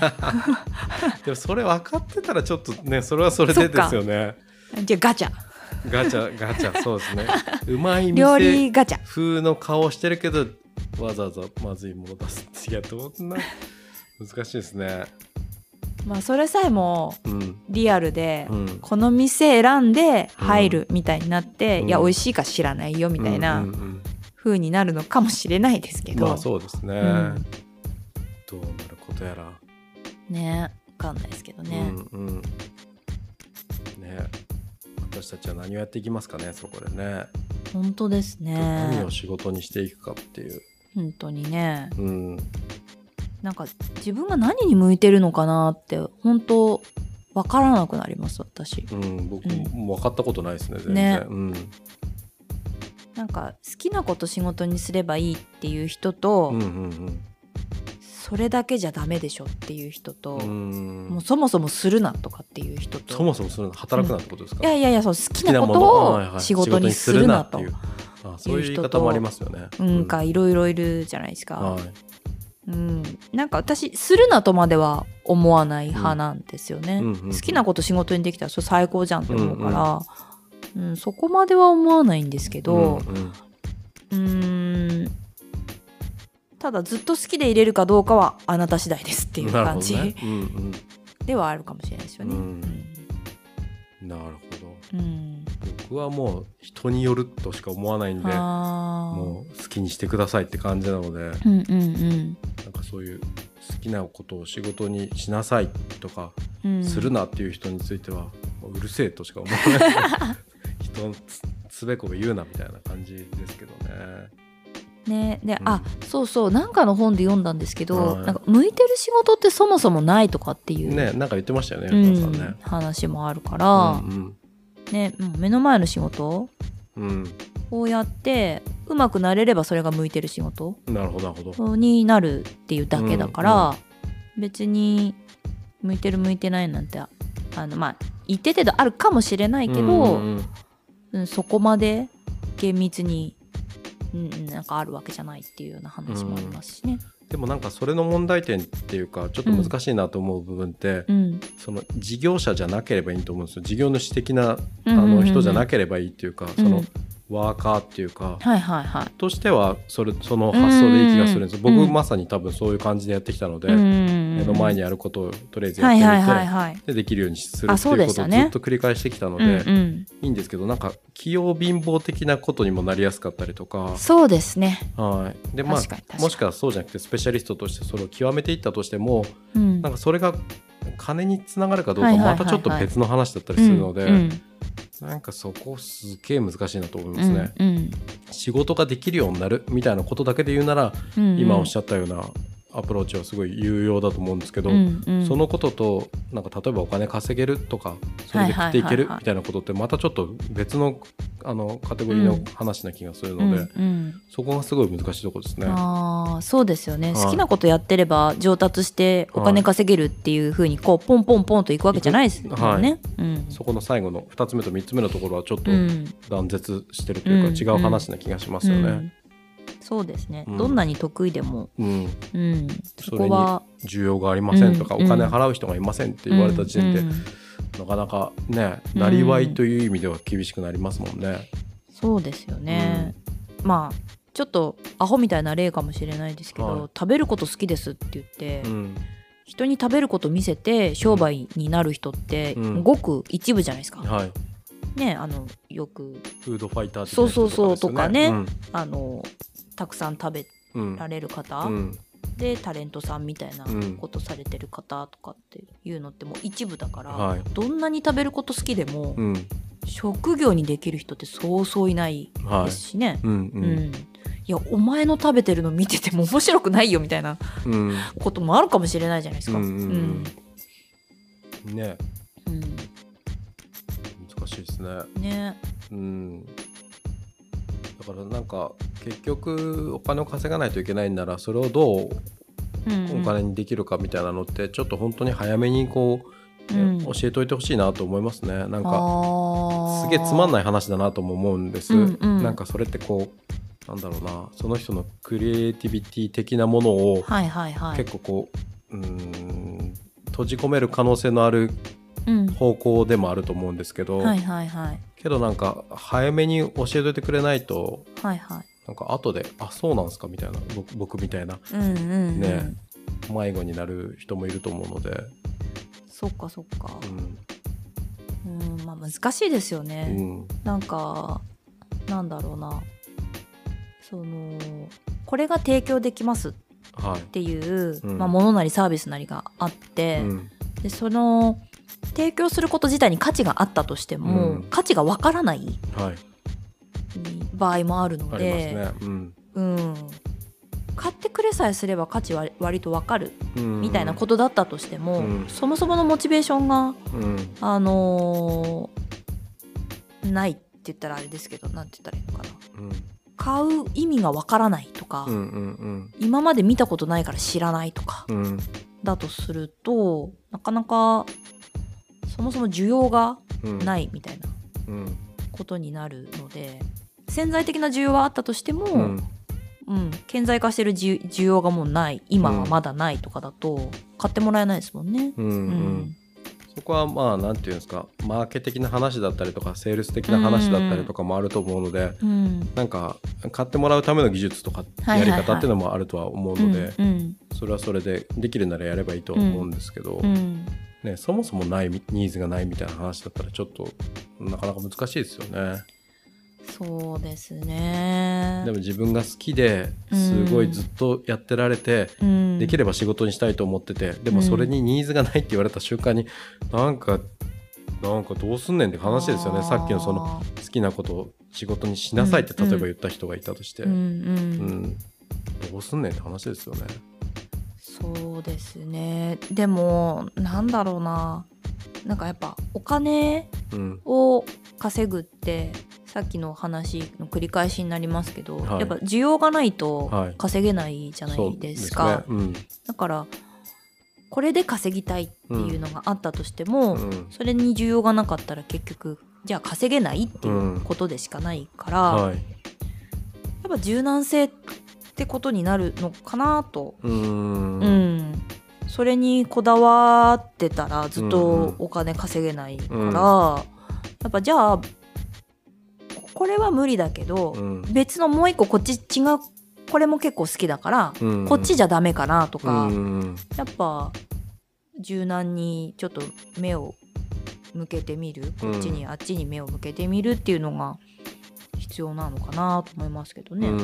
B: でもそれ分かってたらちょっとね、それはそれでですよね。
A: じゃあガチャ
B: ガチャ、ガチャ、そ うですね。うまい
A: 料
B: 店
A: 理ガチャ
B: 風の顔してるけど、わざわざまずいもの出すって。いや、どんな。難しいですね。
A: まあそれさえも
B: うん。
A: リアルで、
B: うん。
A: この店選んで入るみたいになって、
B: うん
A: いや美味しいか知らないよみたいな
B: うんうんうん
A: 風になるのかもしれないですけど、
B: まあそうですね、
A: ん
B: どうなることやら、
A: ねわかんないですけどね、
B: うんうんね私たちは何をやっていきますかねそこでね、
A: 本当です
B: 何
A: ね
B: を仕事にしていくかっていう、
A: 本当にね
B: うん、
A: なんか自分が何に向いてるのかなって本当わからなくなります私
B: うん、僕
A: うん
B: も分かったことないですね全然
A: ね
B: うん
A: なんか好きなこと仕事にすればいいっていう人
B: う
A: と、
B: んうん
A: それだけじゃダメでしょっていう人と、
B: うんう
A: もうんそもそもするなとかっていう人と
B: そもそもそれ働くなってことですか、
A: いやいやいやそう好きなことを仕事にするなと、
B: はいはい仕事にするなっていうあそういう言い方もありますよね
A: うんかいろいろいるじゃないです
B: うん
A: か、
B: はい
A: うん、なんか私するなとまでは思わない派なんですよね、
B: うんうんうん
A: 好きなこと仕事にできたらそれ最高じゃんって思うから、うんそこまでは思わないんですけど
B: うんうん
A: うんんただずっと好きでいれるかどうかはあなた次第ですっていう感じ、
B: なるほどねうん
A: ではあるかもしれないですよね。
B: う
A: うんん
B: うん、なるほど
A: うん
B: 僕はもう人によるとしか思わないんで
A: あー
B: もう好きにしてくださいって感じなので
A: うんうん
B: なんかそういう好きなことを仕事にしなさいとか
A: うんうん
B: するなっていう人については、もううるせえとしか思わない人のつつべこべ言うなみたいな感じですけどね。
A: ねで、
B: うん
A: あそうそうなんかの本で読んだんですけど、
B: はい
A: なんか向いてる仕事ってそもそもないとかっていう、
B: ねなんか言ってましたよね、
A: う
B: お父さん
A: ん
B: ね。
A: 話もあるから、ね、もう目の前の仕事
B: うんうん、
A: をやってうまくなれればそれが向いてる仕事
B: うん、なるほどなるほど。
A: になるっていうだけだから、別に向いてる向いてないなんてあのまあ一定程度あるかもしれないけど、
B: うんうんうん
A: うんそこまで厳密に、うん、なんかあるわけじゃないっていうような話もありますしね。
B: でもなんかそれの問題点っていうかちょっと難しいなと思う部分って、
A: うん
B: その事業者じゃなければいいと思うんですよ事業主的なあ
A: うんうんうんう
B: の
A: ん
B: 人じゃなければいいっていうか、そうの
A: ん
B: ワーカーっていうか、
A: はいはいはい
B: としてはそれその発想でいい気がするんですよ、
A: うんうん
B: 僕まさに多分そういう感じでやってきたので、目
A: 目
B: の前にあることをとりあえずやっ
A: は
B: てみ
A: い
B: て、
A: はいはいはい
B: でできるようにする
A: あ
B: ってい
A: そう
B: う
A: で
B: こ
A: し
B: とを
A: た
B: ず
A: ね
B: っと繰り返してきたの
A: う
B: で、
A: んうん
B: いいんですけどなんか器用貧乏的なことにもなりやすかったりとか。
A: そうですね
B: はい、でま
A: 確かに確か
B: あ
A: に
B: もしくはそうじゃなくてスペシャリストとしてそれを極めていったとしても
A: うん
B: なんかそれが金につながるかどう
A: は
B: か
A: いはいはいはい
B: またちょっと別の話だったりするので、
A: うんうん
B: なんかそこすげえ難しいなと思いますね、
A: うんうん
B: 仕事ができるようになるみたいなことだけで言うなら、
A: うんうん
B: 今おっしゃったようなアプローチはすごい有用だと思うんですけど、
A: うんうん
B: そのこととなんか例えばお金稼げるとかそれで食っていけるみたいなことってまたちょっと別のあのカテゴリーの話な気がするので、
A: うんうん
B: そこがすごい難しいところですね。
A: あーそうですよね、
B: はい
A: 好きなことやってれば上達してお金稼げるっていうふうにこうポンポンポンといくわけじゃないですよね、
B: はい
A: うん
B: そこの最後の2つ目と3つ目のところはちょっと
A: うん
B: 断絶してるというか、
A: うん
B: 違う話な気がしますよ
A: う
B: ね。
A: んそうですね、
B: うん
A: どんなに得意でも、
B: うん
A: うん、
B: そ
A: そ
B: れに
A: こは
B: 需要がありませんとか、
A: うん
B: お金払う人がいませんって言われた時点で、
A: うんうん
B: なかなかね
A: うん
B: なりわいという意味では厳しくなりますもんね。
A: そうですよね、まあちょっとアホみたいな例かもしれないですけど、
B: はい
A: 食べること好きですって言って、
B: うん
A: 人に食べること見せて商売になる人って、
B: うん
A: ごく一部じゃないですか、
B: はい、
A: ねあのよく
B: フードファイター的
A: そ
B: な
A: うそ
B: 人
A: うそう
B: とかですよね
A: あのたくさん食べ
B: うんうん
A: られる方、
B: うん
A: でタレントさんみたいな
B: うん
A: ことされてる方とかっていうのってもう一部だから、
B: はい
A: どんなに食べること好きでも、
B: うん
A: 職業にできる人ってそうそういない
B: は
A: で
B: い
A: すしね、
B: うんう
A: うんん、いやお前の食べてるの見てても面白くないよみたいな
B: うん
A: こともあるかもしれないじゃないです
B: うん
A: か。
B: うんうんね
A: うん
B: 難しいですね。
A: うんね
B: うんだからなんか結局お金を稼がないといけないんならそれをどう
A: うん
B: お金にできるかみたいなのってちょっと本当に早めにこう、ね
A: うん
B: 教えておいてほしいなと思いますねなんか
A: か
B: すげえつまん
A: ない
B: ない話だなとも思うんです、
A: うんうん
B: なんかそれってこうなんだろうなその人のクリエイティビティ的なものを
A: はいはいはい、
B: 結構こう、うーん閉じ込める可能性のある
A: うん、
B: 方向でもあると思うんですけど、
A: はいはいはい
B: けどなんか早めに教えといてくれないと
A: はいはい
B: なんか後で「あそうなんすか」みたいな僕僕みたいな
A: うんうん、うん、
B: ね迷子になる人もいると思うので、
A: そっかそっか
B: うん
A: うんまあ難しいですよ
B: う
A: ね、
B: ん、
A: なんかなんだろうなそのこれが提供できますっ
B: はい。
A: ていう、
B: うん
A: まあ、ものなりサービスなりがあって、
B: うん
A: でその提供すること自体に価値があったとしても、
B: うん
A: 価値がわからない
B: はい、
A: 場合もあるの
B: あります
A: で、
B: ね。うん
A: うん、買ってくれさえすれば価値は割とわかる
B: うん
A: みたいなことだったとしても、
B: うん
A: そもそものモチベーションが、
B: うん
A: あのーないって言ったらあれですけどなんて言ったらいいのかな
B: うん
A: 買う意味がわからないとか、
B: うんうん
A: 今まで見たことないから知らないとか
B: うんうん
A: だとするとなかなかそもそも需要が
B: うん。
A: ないいみたいな
B: うん
A: ことになるので潜在的な需要はあったとしても、
B: う
A: うんん顕在化してる需需要がもうない今はまだないとかだと買ってもらえないですもんね。
B: うん
A: う
B: うんそこはまあなんていうんですかマーケ的な話だったりとかセールス的な話だったりとかもあると思うので、
A: うん
B: なんか買ってもらうための技術とか
A: はい
B: や
A: はい
B: り
A: はい
B: 方っていうのもあるとは思う
A: う
B: ので、
A: んうん
B: それはそれでできるならやればいいとは思うんですけど、
A: うん
B: ね、そもそもないニーズがないみたいな話だったらちょっとなかなか難しいですよね。
A: そうですね
B: でも自分が好きですごいずっとやってられて、
A: うん、
B: でき
A: る
B: れば仕事にしたいと思っててでもそれにニーズがないって言われた瞬間に、なんかなんかどうすんねんって話ですよねさっきのその、好きなことを仕事にしなさいって
A: うん
B: 例えば言った人がいたとして、
A: うんうん
B: うんどうすんねんって話ですよね。
A: そうですねでもなんだろうななんかやっぱお金
B: うん
A: を稼ぐってさっきの話の繰り返しになりますけど、
B: はい
A: やっぱ需要がないと
B: はい
A: 稼げないじゃな
B: そう
A: いですか、
B: ねうん
A: だからこれで稼ぎたいっていうのがあったとしても、
B: うん
A: それに需要がなかったら結局じゃあ稼げないっていうことでしかないから、
B: は
A: やっ
B: い
A: ぱ柔軟性ってことになるのかなと、
B: うーん
A: うんそれにこだわってたらずっ
B: うんうん
A: とお金稼げないから、
B: うん
A: やっぱじゃあこれは無理だけど、
B: うん
A: 別のもう一個こっち違うこれも結構好きだから、
B: うん
A: こっちじゃダメかなと
B: う
A: か、
B: ん
A: やっぱ柔軟にちょっと目を向けてみるこっちに、あっちに目を向けてみるっていうのが必要なのかなと思いますけどね。
B: う
A: うん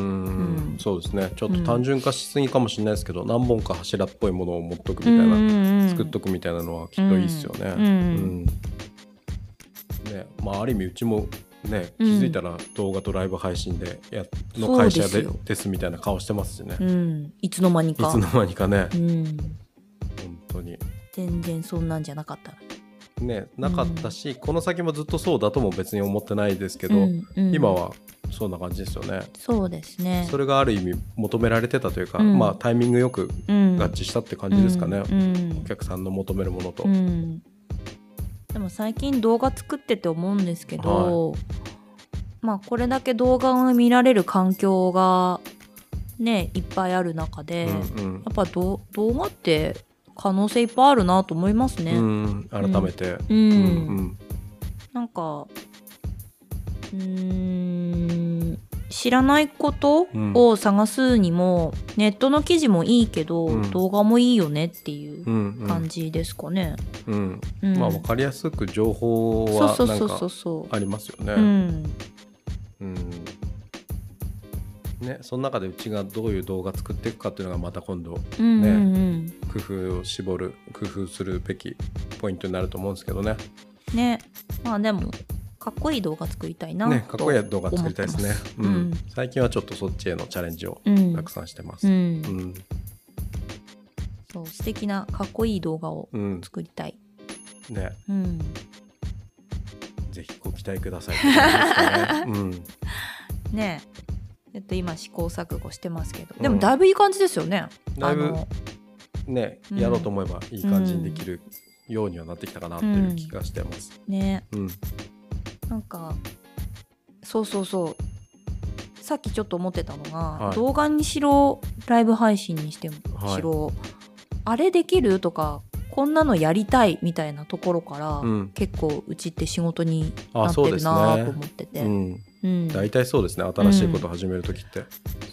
A: ん
B: そうですねちょっ
A: う
B: と
A: ん
B: 単純化しすぎかもしれないですけど何本か柱っぽいものを持っとくみたいな
A: な
B: 作っと
A: く
B: くみたいなのはきっといいっすよね。
A: うんうん
B: うんねまあ、ある意味うちもね気
A: うん
B: づいたら動画とライブ配信でやの
A: そう
B: 会
A: で
B: 社
A: す
B: で
A: よ
B: ですみたいな顔してますしね、
A: う
B: い
A: ん、いつの間に
B: つ
A: か
B: の間にかね
A: うん、
B: 本当に
A: 全然そんなんじゃなかった
B: ねなかったし、この先もずっとそうだとも別に思ってないですけ
A: け
B: ど、今はそんな感じですよね。
A: そうですね
B: それがある意味求められてたというか、
A: うん
B: まあタイミングよく
A: うん
B: 合致したって感じですかね、
A: うんうん
B: お客さんの求めるものと。
A: うん、でも最近動画作ってて思うんですけど、まあこれだけ動画を見られる環境がねいっぱいある中で、や
B: うん
A: っぱど動画って可能性いっぱいあるなと思いますね。
B: うんうん、改めて、
A: うん
B: うんうん
A: なんかうーん知らないことを探すにも、ネットの記事もいいけど、
B: うん
A: 動画もいいよねっていう
B: うんうん
A: 感じですかね。
B: うん
A: うん
B: まあ分かりやすく情報
A: そう
B: は
A: そう
B: な
A: そ
B: ん
A: うそう
B: か
A: そう。
B: ありますよ
A: う
B: ね。
A: ん、
B: うんね、その中でうちがどういう動画作っていくかっていうのがまた今度
A: うん
B: ね
A: うんうん
B: 工夫を絞る工夫するべきポイントになると思うんですけどね。
A: ねまあでもかっこいい動画作りたいな
B: ねかっこいい
A: と
B: 動画作りたいですね
A: 思ってます。
B: うん
A: うん
B: 最近はちょっとそっちへのチャレンジを
A: うん
B: たくさんしてま
A: う
B: す。
A: ん
B: うん
A: そう素敵なかっこいい動画を
B: うん
A: 作りたい、
B: ね
A: うん、
B: ぜひご期待くださいって感 じですかね。
A: ねえっと今試行錯誤してますけど
B: うん
A: でもだいぶいい感じですよね、
B: うん、だ
A: あ
B: いぶ
A: の
B: ね
A: うん
B: やろうと思えばいい感じにできるようにはなってきたかなっていう気がしてます。
A: ね
B: うん
A: なんかそうそうそうさっきちょっと思ってたのが、
B: はい
A: 動画にしろライブ配信にしても
B: はい
A: しろ、あれできるとかこんなのやりたいみたいなところから、
B: うん
A: 結構うちって仕事に
B: あ
A: なって
B: そう
A: る
B: です
A: な
B: ね
A: ぁと思ってて
B: う
A: うん
B: ん、大体そうですね新しいことを始める時って、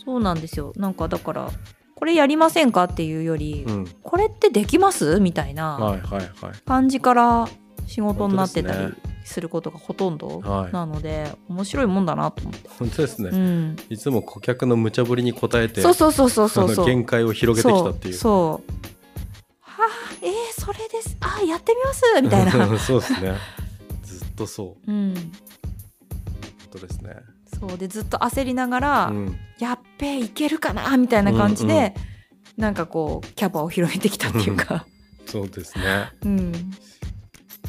A: そうなんですよなんかだからこれやりませんかっていうより、
B: うん
A: これってできますみたい
B: は
A: ない
B: はいはい
A: 感じから仕事になってた
B: 本
A: りすることがほとんど
B: はい
A: なので、面白いもんだなと思って、
B: 本当ですね、
A: うん、
B: いつも顧客の無茶ぶりに応えて
A: そうそうそうそうそう
B: あ
A: そ
B: の
A: う
B: 限界を広げてきたっていう
A: そうそうはあえー、それですあやってみますみたい な、
B: そうですねずっとそう
A: うん、
B: 本当ですね
A: そうでずっと焦りながら、
B: うん
A: やっべえいけるかなみたいな感じで、
B: うんうん
A: なんかこうキャパを広げてきたっていうか、
B: そうですね
A: うん、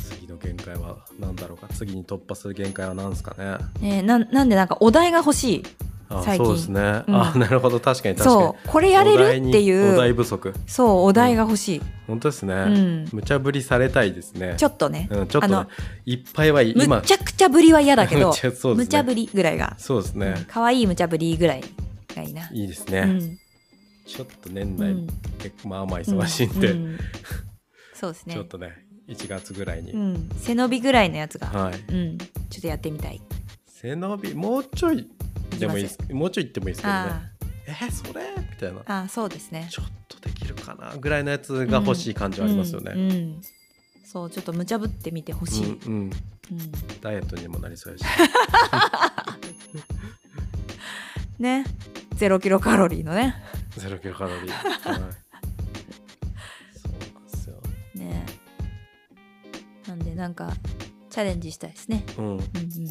B: 次の限界は何だろうか次に突破する限界は何ですかね
A: ねなんなんでなんかお題が欲しい
B: あ
A: 最近
B: そうですね、
A: うん
B: あなるほど確かに確かに
A: そうこれやれるってい
B: お題にお題
A: う
B: 不足
A: そうお題が欲しい、
B: 本当ですね、
A: うん
B: 無茶ぶりされたいですね
A: ちょっとね、
B: うん、ちょっとね、
A: あの
B: いっぱいはい今
A: むちゃくちゃぶりは嫌だけど
B: むちゃそうですね
A: 無茶ぶりぐらいが
B: そうですね、
A: 可愛、いい無茶ぶりぐらいがいいな、
B: いいですね、
A: うん
B: ちょっと年
A: う
B: 内、
A: ん
B: 結構まあまあ忙しいんで、
A: ううんそうですね
B: ちょっとね1月ぐらいに、
A: うん、背伸びぐらいのやつが、
B: はい
A: うん、ちょっとやってみたい
B: 背伸びもうちょいでもいいですもうちょい行ってもいいですけどね
A: あ
B: えーそれみたいな
A: あああそうですね
B: ちょっとできるかなぐらいのやつが欲しい感じはありますよね、
A: う
B: う
A: んんうんそうちょっと無茶ぶってみてほしい、うん
B: うんダイエットにもなりそうやし
A: ねゼロキロカロリーのね
B: ゼロキロカロリー、はい、そうなんですよ、
A: ねなんでなんかチャレンジしたいですね、
B: うん
A: うんうん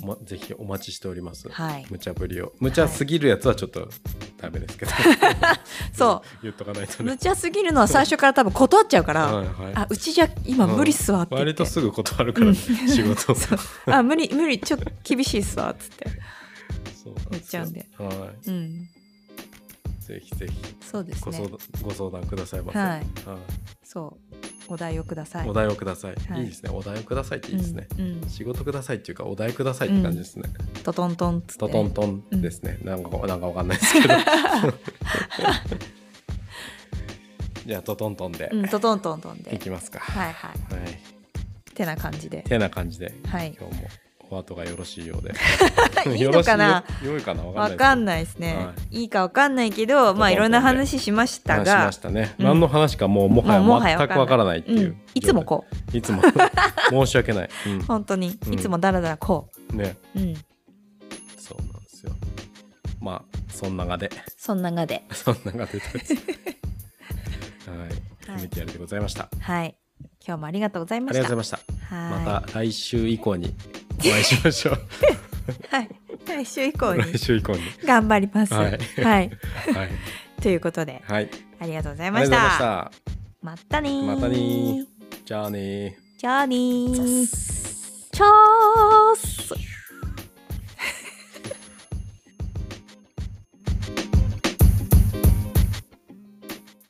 B: ま、ぜひお待ちしております、
A: はい
B: 無茶ぶりを無茶すぎるやつはちょっとダメですけど、
A: そ
B: 言っとかないとね
A: 無茶すぎるのは最初から多分断っちゃうから、
B: はいはい
A: あうちじゃ今無理っすわって言って、
B: 割とすぐ断るから、
A: うん
B: 仕 事
A: そうあ無理無理ちょっと厳しいっすわっつって
B: そうなん
A: 言っちゃうんで
B: よは
A: うん
B: いぜひぜひ
A: そうです
B: ご
A: ね
B: 相談ご相談くださいませ
A: はい
B: は
A: そうお題をください
B: お題をください、
A: はい
B: い、いですねお題をくださいっていいですね、
A: うんうん
B: 仕事くださいっていうかお題くださいって感じですね、
A: トトントンっつって
B: ト
A: ね
B: トントンですね、なんかなんかわかんないです けどじゃあトトントンで
A: うん、トトントントンで
B: いきますか、
A: はいはい
B: はい
A: てな感じで
B: てな感じで
A: はい
B: 今日もお後がよろしいようで
A: いいのかな
B: よろしいよ良いかなわかんない
A: わかん
B: ない
A: ないですね、、
B: はい
A: いかわかんないけどまあいろんな
B: トントンで
A: 話しました
B: 話
A: が
B: しましたね、
A: うん
B: 何の話かもうもは
A: もうもは
B: や
A: や
B: 全くわからないっていう、
A: うん、いつもこう
B: ういつも 申し訳ない、
A: 本当に、
B: うん
A: いつもだらだらこ
B: うん、ね
A: う、うん、
B: そうなんですよまあそんながで
A: そんながで
B: そんなが でとりあえずは、
A: はいい
B: VTR でございました、
A: はい今日もありがとうござい
B: あ
A: ま
B: りがと
A: し
B: うご
A: た
B: ざいました
A: はい
B: また来週以降にお会いしま しょう
A: はい来週以降に
B: 来週以降に
A: 頑張ります
B: は
A: はいい、
B: はい、
A: ということで
B: はい、あり
A: ありがとうござい
B: が
A: ま
B: とうございま
A: し
B: したた
A: またねー
B: またねーじゃあねー
A: じゃあねー
B: ざっす
A: チャース